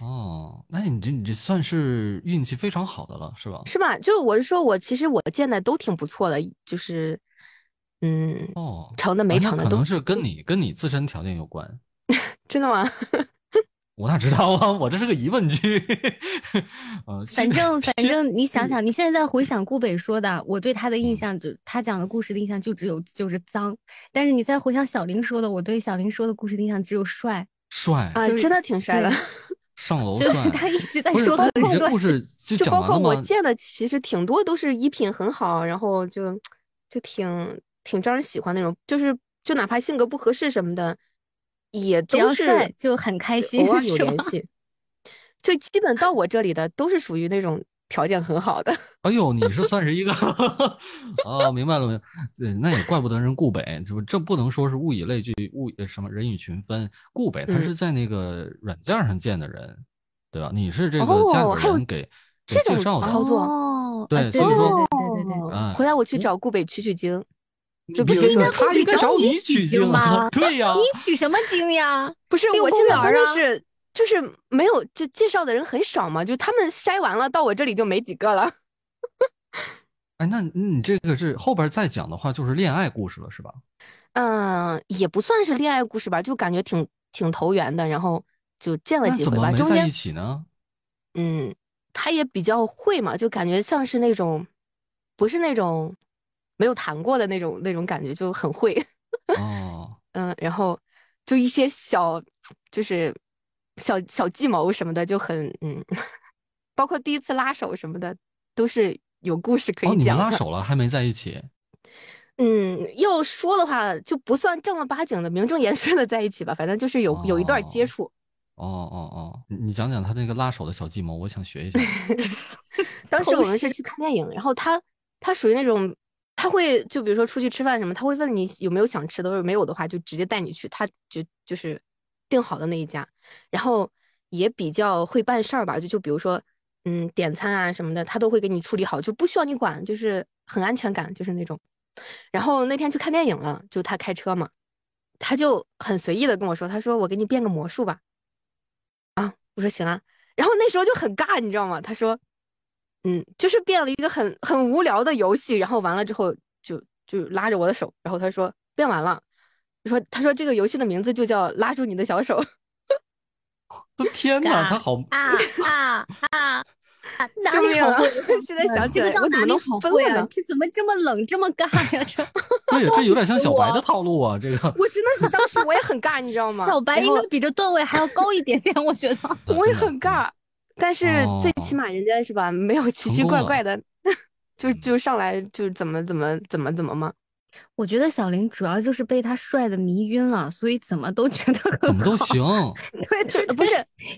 S1: 哦，那你这你这算是运气非常好的了，是吧？
S5: 是吧？就是我是说我其实我见的都挺不错的，就是嗯，
S1: 哦，
S5: 成的
S1: 啊
S5: 没
S1: 那
S5: 成的
S1: 可
S5: 都
S1: 能是跟你跟你自身条件有关。
S5: 真的吗？
S1: 我哪知道啊？我这是个疑问句。 呃，
S2: 反
S1: 新
S2: 正反正你想想，你现在再回想顾北说的，我对他的印象就他讲的故事的印象就只有就是脏，但是你再回想小林说的，我对小林说的故事的印象只有帅，
S1: 帅
S5: 啊，
S2: 就是
S5: 真的挺帅的。
S1: 上楼
S2: 就是
S1: 帅，
S2: 他一直在
S1: 不是
S2: 说
S1: 包
S2: 很
S1: 括你这
S2: 帅
S1: 故。事就
S5: 就
S1: 讲
S5: 包
S1: 完
S5: 括
S1: 了
S5: 我
S1: 吗？
S5: 见的，其实挺多都是衣品很好，然后就就挺挺招人喜欢那种，就是就哪怕性格不合适什么的，也
S2: 只要
S5: 都是
S2: 帅就很开心
S5: 偶尔有
S2: 是
S5: 联
S2: 吗
S5: 系。就基本到我这里的都是属于那种条件很好的，
S1: 哎呦，你是算是一个 哦，明白了，明白了。对，那也怪不得人顾北，这不这不能说是物以类聚，物以什么人以群分。顾北他
S5: 嗯
S1: 是在那个软件上见的人，对吧？你是这个
S5: 哦
S1: 家里
S5: 还有
S1: 人给、给
S5: 这
S1: 介
S5: 种
S1: 绍的，
S5: 操作
S2: 哦，
S1: 对
S2: 啊对
S1: 所以
S2: 对
S1: 说
S2: 对对对对，
S1: 哎
S5: 回来我去找顾北取取经，就
S1: 比
S5: 不
S1: 如
S5: 是应
S1: 说
S5: 该
S1: 他
S2: 顾北
S1: 应该
S2: 找
S1: 找
S2: 你
S1: 你
S2: 取
S1: 取
S2: 经
S1: 经啊
S2: 吗
S1: 对呀、
S2: 你取什么经呀？
S5: 不是
S2: 遛
S5: 我
S2: 公
S5: 现在
S2: 园
S5: 不
S2: 儿啊
S5: 就是就是没有就介绍的人很少嘛，就他们筛完了到我这里就没几个了。
S1: 哎，那你这个是后边再讲的话，就是恋爱故事了，是吧？
S5: 嗯、也不算是恋爱故事吧，就感觉挺挺投缘的，然后就见了
S1: 那
S5: 几
S1: 怎
S5: 回
S1: 么
S5: 吧。
S1: 没
S5: 中
S1: 在
S5: 间
S1: 一，起呢？
S5: 嗯，他也比较会嘛，就感觉像是那种，不是那种没有谈过的那种那种感觉，就很会。
S1: 哦，
S5: 嗯，然后就一些小，就是小小计谋什么的，就很嗯， 包括第一次拉手什么的，都是有故事可
S1: 哦，
S5: 以
S1: 你们
S5: 讲的。
S1: 拉手了还没在一起？
S5: 嗯，要说的话，就不算正儿八经的、名正言顺的在一起吧，反正就是有有一段接
S1: 哦
S5: 触。
S1: 哦哦哦，你你讲讲他那个拉手的小计谋，我想学 一下。
S5: 当时
S2: 偷
S5: 我们是去看电影，然后他他属于那种，他会就比如说出去吃饭什么，他会问你有没有想吃的，或者没有的话就直接带你去，他就就是定好的那一家，然后也比较会办事儿吧，就就比如说嗯点餐啊什么的，他都会给你处理好，就不需要你管，就是很安全感，就是那种。然后那天去看电影了，就他开车嘛，他就很随意的跟我说，他说我给你变个魔术吧，啊，我说行啊，然后那时候就很尬，你知道吗？他说，嗯，就是变了一个很很无聊的游戏，然后完了之后就就拉着我的手，然后他说变完了，他说他说这个游戏的名字就叫拉住你的小手，
S1: 我的天哪，
S2: 嘎
S1: 他好
S2: 啊啊啊！啊哪
S5: 救
S2: 里
S5: 命
S2: 好
S5: 啊
S2: 会？！
S5: 现在想起
S2: 这个
S5: 来
S2: 叫
S5: 我
S2: 哪
S5: 怎么
S2: 里
S5: 能
S2: 好
S5: 分
S2: 会
S5: 了
S2: 啊
S5: 呢？？
S2: 这怎么这么冷，这么尬呀？这
S1: 对，这有点像小白的套路啊。这个，
S5: 我真的是当时我也很尬，你知道 吗？
S2: 小白
S5: 然
S2: 应
S5: 后
S2: 该比这段位还要高一点点，我觉得。
S5: 我也
S1: 啊真的嗯啊哦
S5: 很尬，，但是最起码人家是吧，没有奇
S1: 成
S5: 奇
S1: 功
S5: 怪
S1: 了
S5: 怪的， 就
S1: 嗯
S5: 就上来就怎么怎么怎么怎么嘛。
S2: 我觉得小林主要就是被他帅的迷晕了，所以怎么都觉得
S1: 嗯
S2: 很
S1: 怎么都
S2: 好。
S1: 行。
S2: 对，对
S5: 呃不是，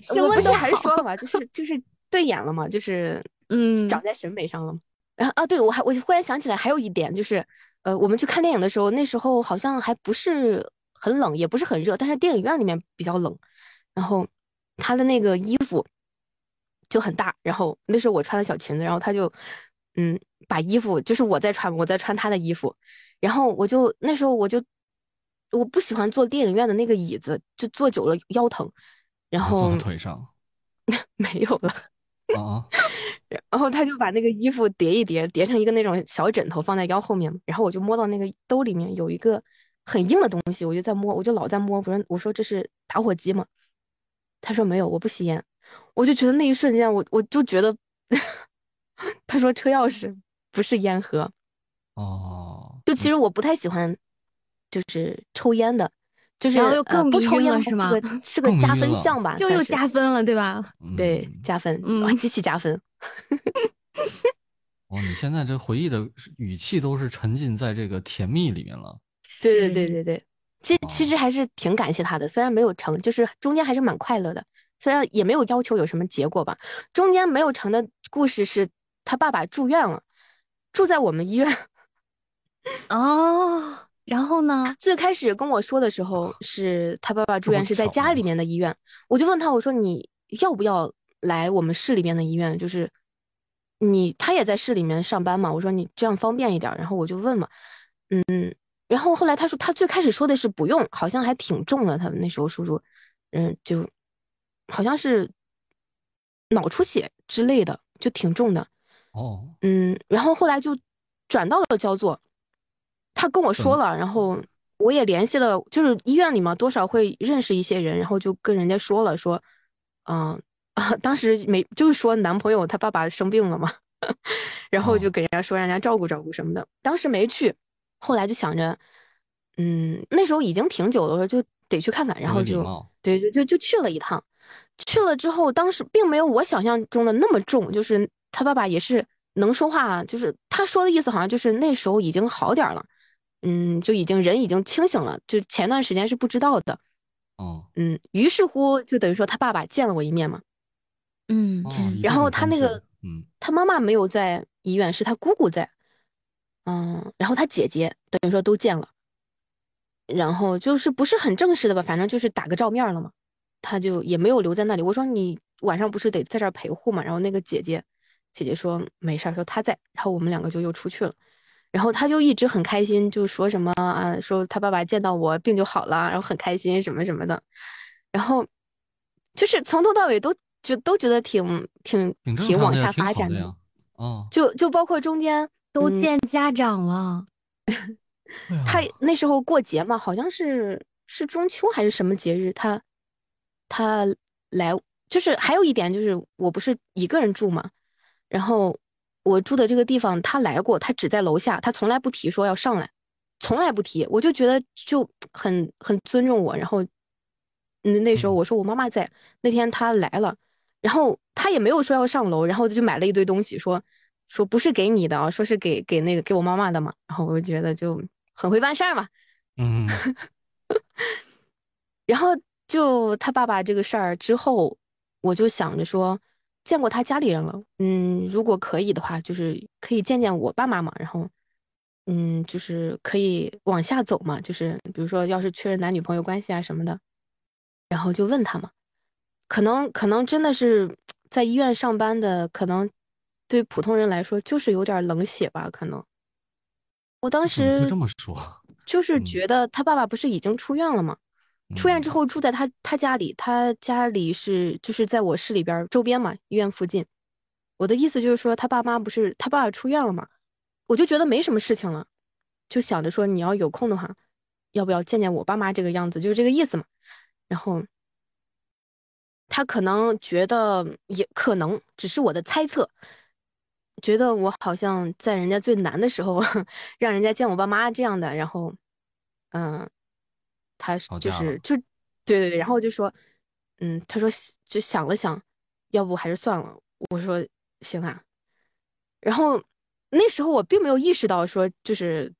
S2: 什
S5: 我
S2: 么
S5: 不是
S2: 都
S5: 还是
S2: 好
S5: 说了嘛，就是就是对眼了嘛，就是
S2: 嗯
S5: 长在审美上了嘛。然后啊，对我还我忽然想起来还有一点就是，呃，我们去看电影的时候，那时候好像还不是很冷，也不是很热，但是电影院里面比较冷，然后他的那个衣服就很大，然后那时候我穿了小裙子，然后他就嗯把衣服就是我在穿我在穿他的衣服，然后我就那时候我就我不喜欢坐电影院的那个椅子，就坐久了腰疼， 然
S1: 坐
S5: 后
S1: 他腿上
S5: 没有了。
S1: 啊啊，
S5: 然后他就把那个衣服叠一叠，叠成一个那种小枕头放在腰后面嘛。然后我就摸到那个兜里面有一个很硬的东西，我就在摸，我就老在摸。我说我说这是打火机吗？他说没有，我不吸烟。我就觉得那一瞬间，我我就觉得， 他说车钥匙不是烟盒，
S1: 哦，
S5: 就其实我不太喜欢，就是抽烟的，就是
S2: 然后又
S5: 呃
S2: 更
S5: 不
S2: 迷
S5: 抽
S2: 晕
S5: 烟
S2: 了
S5: 它
S2: 是
S5: 个
S2: 吗
S5: 是个
S1: 更迷
S5: 加
S1: 晕
S5: 分
S1: 了
S5: 项吧，
S2: 就
S5: 算
S2: 又
S5: 是
S2: 加分了，对吧？
S1: 嗯
S5: 对加分，啊
S2: 嗯
S5: 哇，极其加分。
S1: 哇，你现在这回忆的语气都是沉浸在这个甜蜜里面了。
S5: 对对
S2: 是
S5: 对对对，其其实还是挺感谢他的，虽然没有成，就是中间还是蛮快乐的，虽然也没有要求有什么结果吧。中间没有成的故事是他爸爸住院了，住在我们医院。
S2: 哦，然后呢？
S5: 最开始跟我说的时候是他爸爸住
S1: 啊这么
S5: 院是在
S1: 巧啊
S5: 家里
S1: 吗
S5: 面的医院，我就问他我说你要不要来我们市里面的医院？就是你他也在市里面上班嘛，我说你这样方便一点儿。然后我就问嘛，嗯，然后后来他说他最开始说的是不用，好像还挺重的，他那时候叔叔，嗯，就好像是脑出血之类的，就挺重的。
S1: 哦，
S5: 嗯，然后后来就转到了焦作，他跟我说
S1: 嗯
S5: 了，然后我也联系了，就是医院里嘛，多少会认识一些人，然后就跟人家说了，说嗯、 啊，当时没就是说男朋友他爸爸生病了嘛， 然
S1: 哦
S5: 后就给人家说让人家照顾照顾什么的，当时没去，后来就想着，嗯，那时候已经挺久了，我说就得去看看，然后
S1: 有点礼
S5: 就
S1: 貌，
S5: 对就就就去了一趟，去了之后，当时并没有我想象中的那么重，就是他爸爸也是能说话，啊就是他说的意思好像就是那时候已经好点儿了，嗯，就已经人已经清醒了，就前段时间是不知道的，
S1: 嗯，
S5: 嗯，于是乎就等于说他爸爸见了我一面嘛，
S2: 嗯
S1: 哦
S2: 嗯
S1: 一见
S5: 然后
S1: 钟
S5: 他那
S1: 情
S5: 个
S1: 嗯，
S5: 他妈妈没有在医院，是他姑姑在，嗯，然后他姐姐等于说都见了，然后就是不是很正式的吧，反正就是打个照面儿了嘛，他就也没有留在那里。我说你晚上不是得在这儿陪护嘛，然后那个姐姐，姐姐说没事儿，说她在，然后我们两个就又出去了。然后他就一直很开心，就说什么啊，说他爸爸见到我病就好了，然后很开心什么什么的，然后就是从头到尾都就都觉得挺挺
S1: 挺正
S5: 挺
S1: 常
S5: 往
S1: 的呀，
S5: 下
S1: 挺好
S5: 发展
S1: 的呀，啊，
S5: 就就包括中间
S2: 都
S5: 嗯
S2: 见家长了，
S1: 对啊嗯呀
S5: 他那时候过节嘛，好像是是中秋还是什么节日，他他来就是还有一点就是我不是一个人住嘛，然后我住的这个地方他来过，他只在楼下，他从来不提说要上来，从来不提，我就觉得就很很尊重我，然后那那时候
S1: 嗯
S5: 我说我妈妈在，那天他来了，然后他也没有说要上楼，然后就买了一堆东西说。说不是给你的啊，说是给给那个给我妈妈的嘛。然后我就觉得就很会办事儿嘛。
S1: 嗯，
S5: 然后就他爸爸这个事儿之后，我就想着说，见过他家里人了，嗯，如果可以的话，就是可以见见我爸妈嘛。然后，嗯，就是可以往下走嘛，就是比如说要是确认男女朋友关系啊什么的，然后就问他嘛，可能可能真的是在医院上班的，可能对普通人来说就是有点儿冷血吧，可能。我当
S1: 怎么
S5: 时
S1: 会嗯这么说？
S5: 就是
S1: 嗯
S5: 觉得他爸爸不是已经出院了吗？出院之
S1: 嗯
S5: 后住在他他家里，他家里是就是在我市里边儿周边嘛，医院附近。我的意思就是说，他爸妈不是他爸爸出院了嘛，我就觉得没什么事情了，就想着说你要有空的话，要不要见见我爸妈这个样子，就是这个意思嘛。然后他可能觉得也可能只是我的猜测，觉得我好像在人家最难的时候 让人家见我爸妈这样的，然后，嗯，他是
S1: 吵
S5: 就
S1: 架
S5: 是
S1: 了
S5: 就对对对，然后就说，嗯，他说就想了想，要不还是算了。我说行啊，然后那时候我并没有意识到说就是，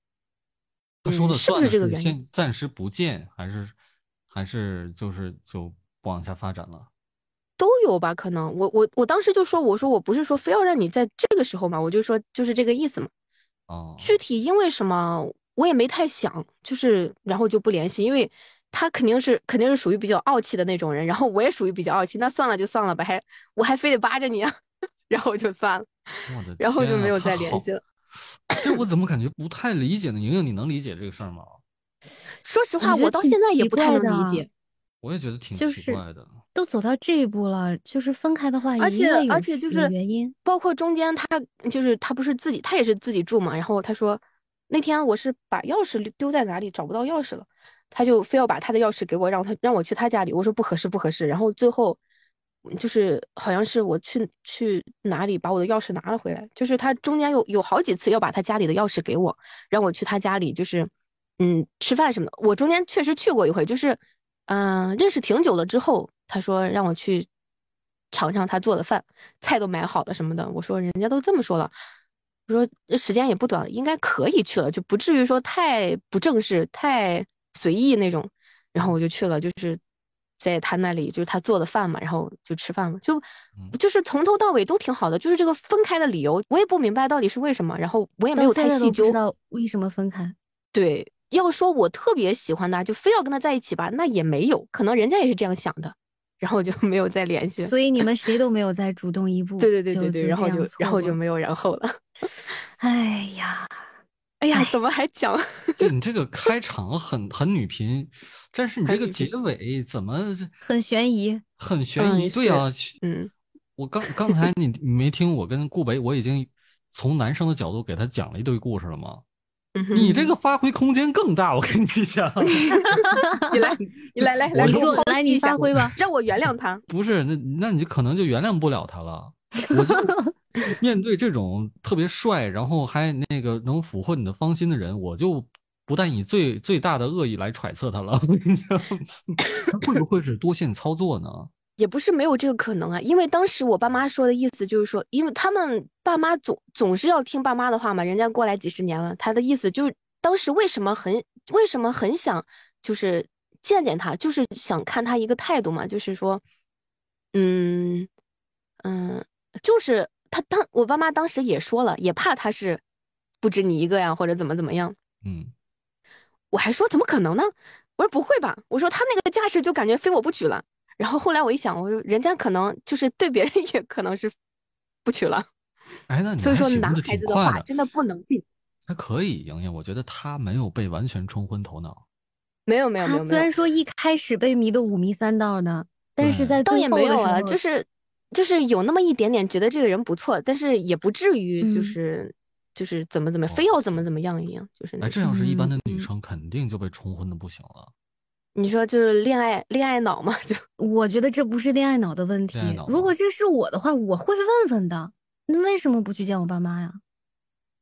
S1: 他说
S5: 嗯
S1: 了
S5: 是不
S1: 算
S5: 是
S1: 的
S5: 这个
S1: 是
S5: 原因？
S1: 先暂时不见，还是还是就是就不往下发展了？
S5: 都有吧，可能我我我当时就说，我说我不是说非要让你在这个时候嘛，我就说就是这个意思嘛。
S1: 哦，
S5: 具体因为什么我也没太想，就是然后就不联系，因为他肯定是肯定是属于比较傲气的那种人，然后我也属于比较傲气，那算了就算了吧，还我还非得扒着你、啊， 然后就算了，
S1: 我的
S5: 然后就
S1: 天啊
S5: 没有
S1: 他
S5: 再联
S1: 好
S5: 系了。
S1: 这我怎么感觉不太理解呢？莹莹，你能理解这个事儿吗？
S5: 说实
S2: 我
S5: 话，
S2: 觉
S5: 我
S2: 得
S5: 到
S2: 挺
S5: 现在也
S2: 奇
S5: 不太
S2: 怪
S5: 能理
S2: 的啊
S5: 解，
S1: 我也觉得挺
S2: 就
S1: 奇
S2: 是
S1: 怪的。
S2: 都走到这一步了，就是分开的话，
S5: 而
S2: 一定
S5: 且
S2: 会有
S5: 而且就
S2: 有
S5: 是
S2: 原因。
S5: 包括中间他就是他不是自己，他也是自己住嘛。然后他说那天啊我是把钥匙丢在哪里，找不到钥匙了，他就非要把他的钥匙给我，让他让我去他家里。我说不合适，不合适。然后最后就是好像是我去去哪里把我的钥匙拿了回来，就是他中间有有好几次要把他家里的钥匙给我，让我去他家里，就是嗯吃饭什么的。我中间确实去过一回，就是嗯、呃认识挺久了之后，他说让我去尝尝他做的饭，菜都买好了什么的。我说人家都这么说了，我说这时间也不短了，应该可以去了，就不至于说太不正式、太随意那种。然后我就去了，就是在他那里，就是他做的饭嘛，然后就吃饭嘛，就
S1: 嗯
S5: 就是从头到尾都挺好的，就是这个分开的理由，我也不明白到底是为什么，然后我也没
S2: 到
S5: 有
S2: 现
S5: 太
S2: 在都
S5: 细
S2: 不知
S5: 究。
S2: 道为什么分开。
S5: 对，要说我特别喜欢啊他，就非要跟他在一起吧，那也没有，可能人家也是这样想的，然后就没有再联系。
S2: 所以你 们谁都没有再主动一步，
S5: 对对对
S2: 就
S5: 对对，然后就然后就，没有然后了。
S2: 这样错过哎呀，
S5: 哎呀
S2: 哎，
S5: 怎么还讲？
S1: 对你这个开场很很女频，但是你这
S5: 很
S1: 个
S5: 女频
S1: 结尾怎么这
S2: 很悬疑。
S1: 很悬
S5: 嗯
S1: 疑？对
S5: 是
S1: 啊，
S5: 嗯，
S1: 我刚刚才你你没听我跟顾北，我已经从男生的角度给他讲了一堆故事了吗？
S5: 嗯哼
S1: 你这个发挥空间更大，我跟你讲，
S5: 你来，你来来来，
S1: 我
S5: 给
S1: 就
S5: 我剖
S2: 来
S5: 析
S2: 你
S5: 一下
S2: 发挥吧，
S5: 让我原谅他。
S1: 不是那那你就可能就原谅不了他了。我 就面对这种特别帅，然后还那个能俘获你的芳心的人，我就不但以最最大的恶意来揣测他了。 我跟你讲，他会不会是多线操作呢？
S5: 也不是没有这个可能啊，因为当时我爸妈说的意思就是说，因为他们爸妈总总是要听爸妈的话嘛，人家过来几十年了，他的意思就是当时为什么很为什么很想就是见见他，就是想看他一个态度嘛，就是说，嗯嗯，就是他当我爸妈当时也说了，也怕他是不止你一个呀，或者怎么怎么样，
S1: 嗯，
S5: 我还说怎么可能呢？我说不会吧，我说他那个架势就感觉非我不娶了。然后后来我一想，我说人家可能就是对别人 也可能是不娶了，
S1: 哎，那你
S5: 所以
S1: 还
S5: 说
S1: 醒
S5: 男
S1: 得
S5: 孩
S1: 挺
S5: 子的
S1: 快
S5: 话真的不能进。
S1: 他可以，莹莹，我觉得他没有被完全冲昏头脑。
S5: 没有没有没
S2: 他
S5: 有
S2: 虽
S5: 没有
S2: 然，说一开始被迷得五迷三道的，但是
S1: 对
S2: 在
S5: 倒
S2: 最
S5: 也
S2: 后
S5: 没
S2: 的时
S5: 有
S2: 候，
S5: 啊，就是就是有那么一点点觉得这个人不错，但是也不至于就
S2: 嗯
S5: 是、就是怎么怎么
S1: 哦
S5: 非要
S1: 是
S5: 怎么怎么样一样，就是那
S1: 哎，
S5: 种
S1: 这要是一般的
S2: 嗯
S1: 女生，肯定就被冲昏的不行了。
S5: 你说就是恋爱恋爱脑嘛， 就
S2: 我觉得这不是恋爱脑的问题
S1: 恋爱脑。
S2: 如果
S1: 吗
S2: 这是我的话，我会问问的，你为什么不去见我爸妈呀？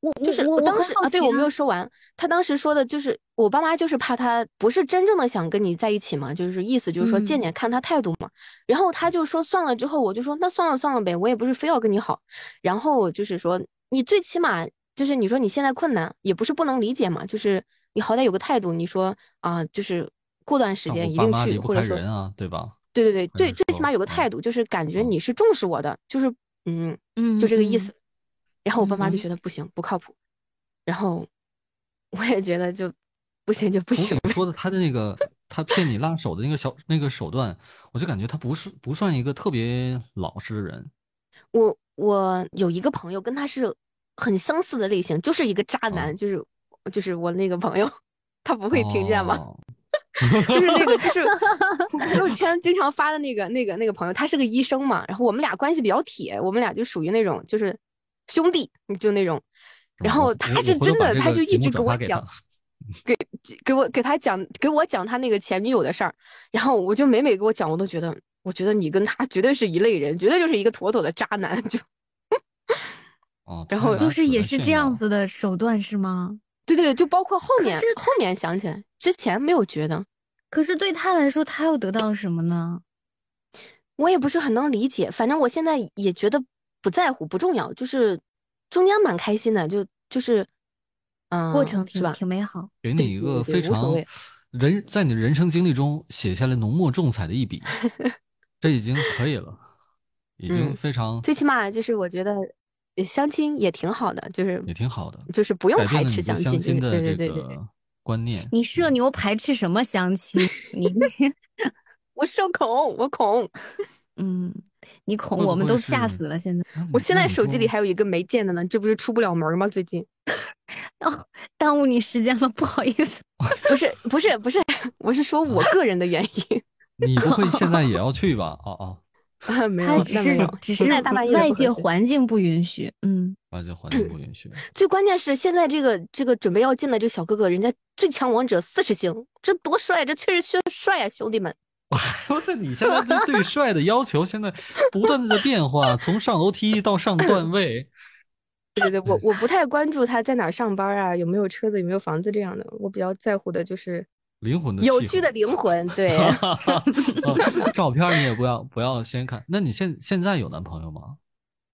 S2: 我我
S5: 就是
S2: 我
S5: 当
S2: 很
S5: 时
S2: 好
S5: 啊，对
S2: 奇
S5: 我没有说完，他当时说的就是我爸妈就是怕他不是真正的想跟你在一起嘛，就是意思就是说见
S2: 嗯
S5: 见看他态度嘛。然后他就说算了之后，我就说那算了算了呗，我也不是非要跟你好。然后就是说你最起码就是你说你现在困难也不是不能理解嘛，就是你好歹有个态度，你说啊、就是过段时
S1: 照
S5: 间
S1: 顾
S5: 一
S1: 啊爸
S5: 定
S1: 妈
S5: 去，
S1: 离不
S5: 或
S1: 开
S5: 者说
S1: 人啊，对吧？
S5: 对对对
S1: 还
S5: 对，
S1: 是
S5: 最起
S1: 说
S5: 码有个
S1: 嗯
S5: 态度，就是感觉
S1: 嗯
S5: 你是重视我的，就是嗯。
S2: 嗯，
S5: 就这个意
S2: 嗯
S5: 思。。然后我爸妈就
S2: 嗯
S5: 觉得不行，不靠谱。然后我也觉得就不行就不
S1: 从
S5: 行
S1: 你说的他的那个他骗你拉手的那个小那个手段，我就感觉他不是不算一个特别老实的人。
S5: 我我有一个朋友跟他是很相似的类型，就是一个渣男，
S1: 嗯
S5: 就是就是我那个朋友，他不会听见吗？
S1: 哦
S5: 就是那个 就是朋友圈经常发的那个那个那个朋友，他是个医生嘛，然后我们俩关系比较铁，我们俩就属于那种就是兄弟，就那种。然
S1: 我
S5: 后
S1: 我
S5: 他
S1: 我
S5: 是
S1: 嗯回头
S5: 真
S1: 把
S5: 的，
S1: 这
S5: 他
S1: 个
S5: 就
S1: 节
S5: 一
S1: 目
S5: 直
S1: 转
S5: 跟
S1: 发
S5: 我
S1: 给
S5: 讲
S1: 他，
S5: 给我给他讲，给我讲他那个前女友的事儿，然后我就每每给我讲，我都觉得，我觉得你跟他绝对是一类人，绝对就是一个妥妥的渣男。就
S1: 哦，他
S5: 然后
S1: 拿
S2: 就
S1: 此
S2: 是也
S1: 来
S2: 是
S1: 炫
S2: 这样
S1: 耀，
S2: 子的手段是吗？
S5: 对对对，就包括后面
S2: 是
S5: 后面想起来，之前没有觉得，
S2: 可是对他来说，他又得到了什么呢？
S5: 我也不是很能理解。反正我现在也觉得不在乎，不重要，就是中间蛮开心的，就就是，嗯、
S2: 过程
S5: 是
S2: 挺
S5: 吧？
S2: 挺美好。
S1: 给
S5: 对
S1: 你一
S5: 对
S1: 个
S5: 对
S1: 非
S5: 无所
S1: 常
S5: 谓
S1: 人在你的人生经历中写下来浓墨重彩的一 笔，这已经可以了，已经
S5: 嗯
S1: 非常
S5: 最起码就是我觉得呃相亲也挺好的，就是
S1: 也挺好的，
S5: 就是不用
S1: 改变
S5: 排
S1: 了你
S5: 斥
S1: 的
S5: 相
S1: 相
S5: 亲，
S1: 亲
S5: 这个
S1: 的
S5: 对对
S1: 这
S5: 对对对。啊
S1: 个观念。
S2: 你社牛排斥什么相亲？你
S5: 我社恐，我恐。
S2: 嗯，你恐
S1: 会不
S2: 我们
S1: 会
S2: 都吓
S1: 是
S2: 死了。现在
S1: 那你
S5: 我现
S1: 嗯那
S5: 在
S1: 你
S5: 手机
S1: 说
S5: 里还有一个没见的呢，这不是出不了门吗？最近
S2: 耽误你时间了，不好意思。
S5: 不是不是不是， 我是说我个人的原因，
S1: 你不会现在也要去吧？哦哦，
S5: 啊、没
S2: 他，
S5: 有
S2: 只
S5: 那没
S2: 是
S5: 有。
S2: 只是
S5: 现在大半夜的
S2: 外
S5: 不合
S2: 界
S5: 适
S2: 环境不允许。嗯，
S1: 外界环境不允许。
S5: 最关键是现在这个这个准备要进的这个小哥哥，人家最强王者四十星，这多帅，这确实确实帅呀，兄弟们！
S1: 不是你现在对对帅的要求，现在不断的在变化，从上楼梯到上段位。
S5: 对对对，我我不太关注他在哪儿上班啊，有没有车子，有没有房子这样的，我比较在乎的就是
S1: 灵魂的
S5: 有
S1: 气
S5: 趣的
S1: 候
S5: 灵魂。 对，
S1: 啊照片你也不要不要先看。那你现现在有男朋友吗？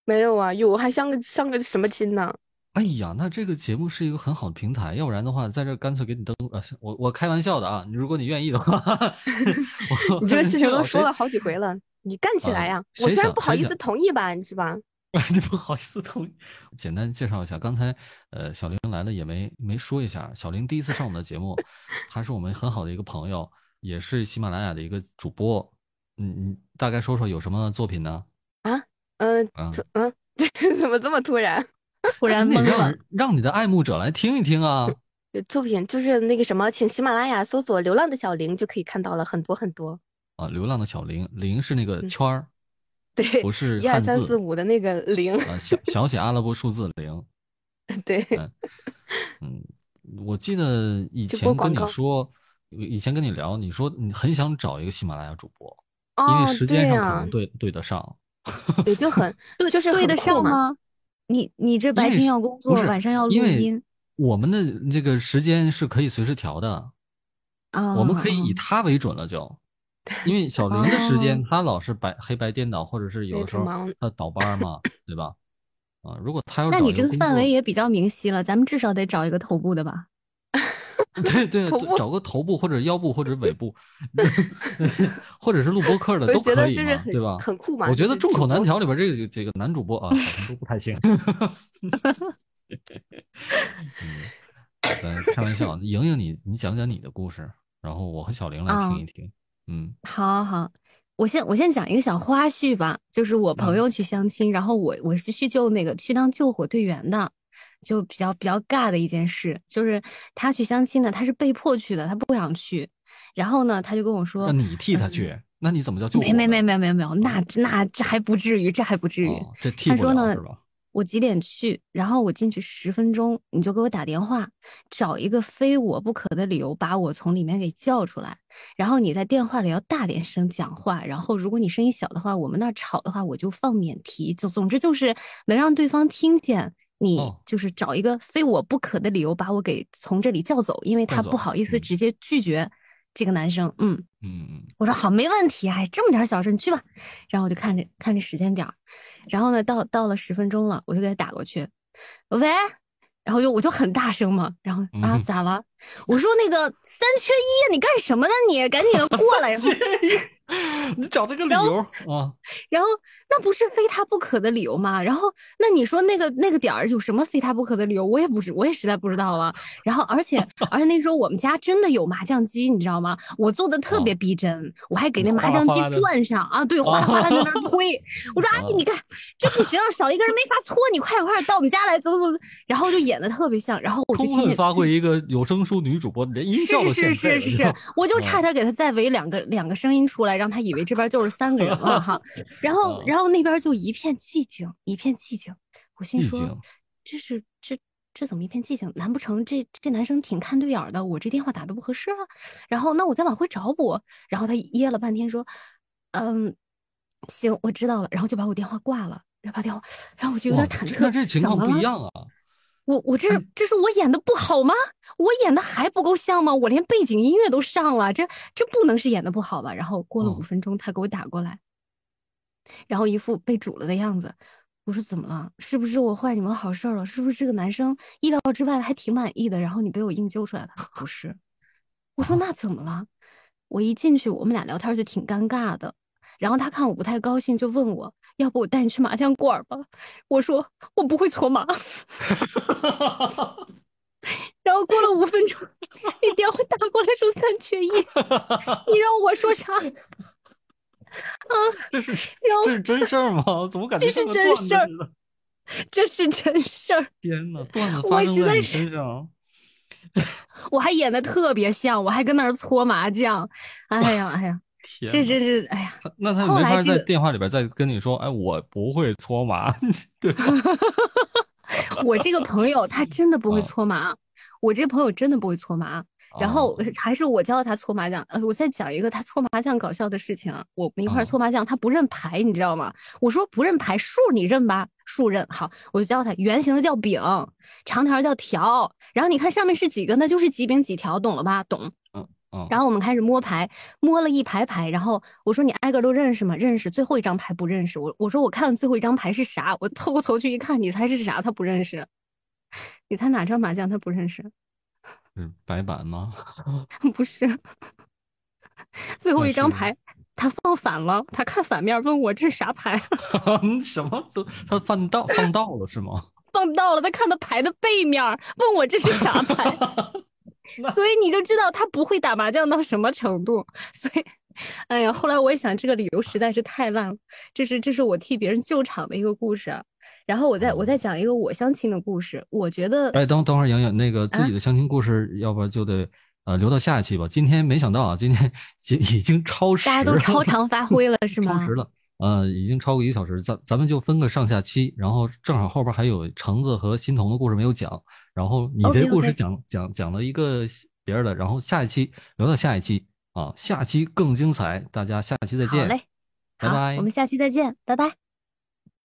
S5: 没有啊，有还相个相个什么亲呢？
S1: 哎呀，那这个节目是一个很好的平台，要不然的话，在这儿干脆给你登呃，我我开玩笑的啊，如果你愿意的话， 我
S5: 你这个事情
S1: 这
S5: 都
S1: 老
S5: 说
S1: 谁
S5: 了好几回了，你干起来呀、
S1: 啊
S5: 我
S1: 谁
S5: 虽然
S1: 想
S5: 不好
S1: 谁
S5: 意思
S1: 想
S5: 同意吧，你是吧？
S1: 你不好意思同意。简单介绍一下，刚才呃小玲来了也没没说一下，小玲第一次上我们的节目，她是我们很好的一个朋友，也是喜马拉雅的一个主播。嗯，你大概说说有什么作品呢？
S5: 嗯、
S1: 啊，
S5: 怎嗯，这怎么这么突然？
S2: 突然
S1: 你
S2: 懵
S1: 得
S2: 了
S1: 让。让你的爱慕者来听一听啊。
S5: 呃作品就是那个什么，请喜马拉雅搜索“流浪的小玲”就可以看到了很多很多。
S1: 啊，流浪的小玲，玲是那个
S5: 嗯
S1: 圈儿，
S5: 对，
S1: 不是
S5: 一二
S1: 汉
S5: 三四
S1: 字
S5: 五的那个零，
S1: 啊，小小写阿拉伯数字零。
S5: 对，
S1: 嗯，我记得以
S5: 直播
S1: 前跟
S5: 广
S1: 你
S5: 告
S1: 说，以前跟你聊，你说你很想找一个喜马拉雅主播，因
S5: 哦
S1: 为时，
S5: 对
S1: 间上可
S5: 呀
S1: 能，对对得上。
S5: 也 就很
S2: 对，
S5: 就是
S2: 对
S5: 很
S2: 得
S5: 酷
S2: 上
S5: 嘛
S2: 吗？你你这白
S1: 因为
S2: 天
S1: 是
S2: 要工作
S1: 不，是
S2: 晚上要录
S1: 因为
S2: 音
S1: 我们的这个时间是可以随时调的，
S2: 啊，
S5: 嗯
S1: 我们可以以
S2: 哦
S1: 他为准了 就。因为小林的时间，他老是白黑白颠倒，或者是有
S5: 哦对
S1: 的时
S5: 挺
S1: 候
S5: 忙的
S1: 他倒班儿嘛，对吧？啊，如果他要
S2: 那
S1: 找
S2: 你
S1: 一
S2: 这个
S1: 工
S2: 范
S1: 作
S2: 围也比较明晰了，咱们至少得找一个头部的吧？
S1: 对对，
S5: 头
S1: 就
S5: 部
S1: 找个头部或者腰部或者尾部， 或者是录播客的
S5: 我
S1: 都
S5: 觉
S1: 可
S5: 得
S1: 以
S5: 就是
S1: 嘛，
S5: 很
S1: 对吧？
S5: 很酷嘛
S1: 我觉
S5: 就
S1: 得
S5: 是
S1: 众
S5: 主
S1: 口难
S5: 播
S1: 调里边这个这个男主播啊，好像都不太行。 嗯，咱开玩笑，莹莹你你讲讲你的故事，然后我和小玲来听
S2: 啊
S1: 一听。嗯
S2: 好好，我先我先讲一个小花絮吧，就是我朋
S1: 嗯
S2: 友去相亲，然后我我是去救那个去当救火队员的，就比较比较尬的一件事，就是他去相亲呢，他是被迫去的，他不想去，然后呢，他就跟我说
S1: 那，你替他去，那你怎么叫救火
S2: 没
S1: 呢？
S2: 没没没没没有，那那这还不至于，这还不至于。
S1: 嗯哦，这替
S2: 他
S1: 不
S2: 说
S1: 了
S2: 呢
S1: 是吧？，
S2: 我几点去，然后我进去十分钟，你就给我打电话，找一个非我不可的理由把我从里面给叫出来，然后你在电话里要大点声讲话，然后如果你声音小的话，我们那儿吵的话，我就放免提，就总之就是能让对方听见。你
S1: 哦
S2: 就是找一个非我不可的理由把我给从这里叫走，因为
S1: 叫
S2: 他
S1: 走
S2: 不好意思
S1: 嗯
S2: 直接拒绝这个男生。嗯，
S1: 嗯嗯，
S2: 我说好，没问题，哎，这么点儿小事，你去吧。然后我就看着看着时间点儿，然后呢，到到了十分钟了，我就给他打过去，喂，然后就我就很大声嘛，然后啊
S1: 嗯
S2: 咋了？我说那个三缺一，啊你干什么呢你？赶紧的过来，然后
S1: 你找这个理
S2: 然后
S1: 由啊？
S2: 然后那不是非他不可的理由吗？然后那你说那个那个点儿有什么非他不可的理由？我也不知，我也实在不知道了。然后而 且而且那时候我们家真的有麻将机，你知道吗？我做的特别
S1: 哦
S2: 逼真，我还给
S1: 你
S2: 那麻
S1: 哗啦
S2: 将
S1: 哗
S2: 机
S1: 啦地
S2: 转上 啊，对，哗啦哗啦在那儿推。我说阿姨，
S1: 哦
S2: 你看这不行，少一个人没法搓，你快点快点到我们家来，走走走。然后就演的特别像，然后我就
S1: 充
S2: 听
S1: 分
S2: 见
S1: 发挥一个有声书女主播，连音效都
S2: 是是
S1: 现
S2: 是
S1: 配
S2: 是
S1: 了
S2: 是，我就
S1: 嗯
S2: 差点给他再围两个两个声音出来，让他以为这边就是三个人了 哈。然后
S1: 嗯
S2: 然后那边就一片寂静，一片寂静。我心
S1: 寂
S2: 说
S1: 静，
S2: 这是这这怎么一片寂静？难不成这这男生挺看对眼儿的？我这电话打的不合适啊？然后那我再往回找补。然后他噎了半天说，嗯，行，我知道了。然后就把我电话挂了，然后把电话，然后我就有
S1: 哇
S2: 点忐忑。
S1: 那这情
S2: 怎
S1: 况
S2: 么
S1: 不一
S2: 了
S1: 样啊！
S2: 我我这这是我演的不好吗？我演的还不够像吗？我连背景音乐都上了，这这不能是演的不好吧？然后过了
S1: 嗯
S2: 五分钟，他给我打过来，然后一副被煮了的样子。我说怎么了？是不是我坏你们好事儿了？是不是这个男生意料之外的还挺满意的？然后你被我硬揪出来的？他说不是。我说那怎么了？我一进去，我们俩聊天就挺尴尬的。然后他看我不太高兴，就问我要不我带你去麻将馆儿吧？我说我不会搓麻。然后过了五分钟，那电话打过来说三缺一，你让我说啥？
S1: 这是
S2: 然后
S1: 这是真事儿吗？怎么感觉
S2: 这是
S1: 像个
S2: 真
S1: 段子
S2: 事儿
S1: 似的？
S2: 这是真事儿，
S1: 天哪，段子
S2: 我
S1: 发生
S2: 实
S1: 在
S2: 在
S1: 你
S2: 是
S1: 身上，
S2: 我还演的特别像，我还跟那儿搓麻将，哎呀哎呀，
S1: 天
S2: 这
S1: 哪
S2: 这这，哎呀，
S1: 他那他也
S2: 后
S1: 没
S2: 来
S1: 法
S2: 这
S1: 在
S2: 个
S1: 电话里边再跟你说，哎，我不会搓麻， 对吧？
S2: 我这个朋友他真的不会
S1: 哦
S2: 搓麻，我这朋友真的不会搓麻。然后
S1: 哦
S2: 还是我教他搓麻将，呃，我再讲一个他搓麻将搞笑的事情啊。我们一块儿
S1: 嗯
S2: 搓麻将，他不认牌，你知道吗？我说不认牌，数你认吧，数认好，我就教他圆形的叫饼，长条叫条，然后你看上面是几个，那就是几饼几条，懂了吧？懂。
S1: 嗯，
S2: 然后我们开始摸牌，摸了一排牌，然后我说你挨个都认识吗？认识，最后一张牌不认识。我我说我看最后一张牌是啥？我 凑过头去一看，你猜是啥？他不认识。你猜哪张麻将他不认识？
S1: 是白板吗？
S2: 不是，最后
S1: 那
S2: 一张
S1: 是
S2: 牌他放反了，他看反面问我这是啥牌，
S1: 什么都他放倒放倒了是吗？
S2: 放到了，他看到牌的背面问我这是啥牌， 所以你就知道他不会打麻将到什么程度。所以，哎呀，后来我也想，这个理由实在是太烂了，这是这是我替别人救场的一个故事啊。然后我再我再讲一个我相亲的故事，我觉得
S1: 嗯哎，等等会儿，莹莹，那个
S2: 嗯
S1: 自己的相亲故事，要不然就得呃留到下一期吧。今天没想到啊，今天已已经超时
S2: 大
S1: 了，
S2: 家都超常发挥了，是
S1: 超
S2: 吗
S1: 时？了。呃，已经超过一个小时，咱咱们就分个上下期，然后正好后边还有橙子和欣桐的故事没有讲，然后
S3: 哦
S1: 你这
S2: OK，OK
S1: 故事讲讲讲了一个别人的，然后下一期留到下一期啊，下期更精彩，大家下期再
S3: 好
S1: 见，
S3: 嘞，
S1: 拜
S2: 好
S1: 拜
S2: 我们下期再见，拜拜。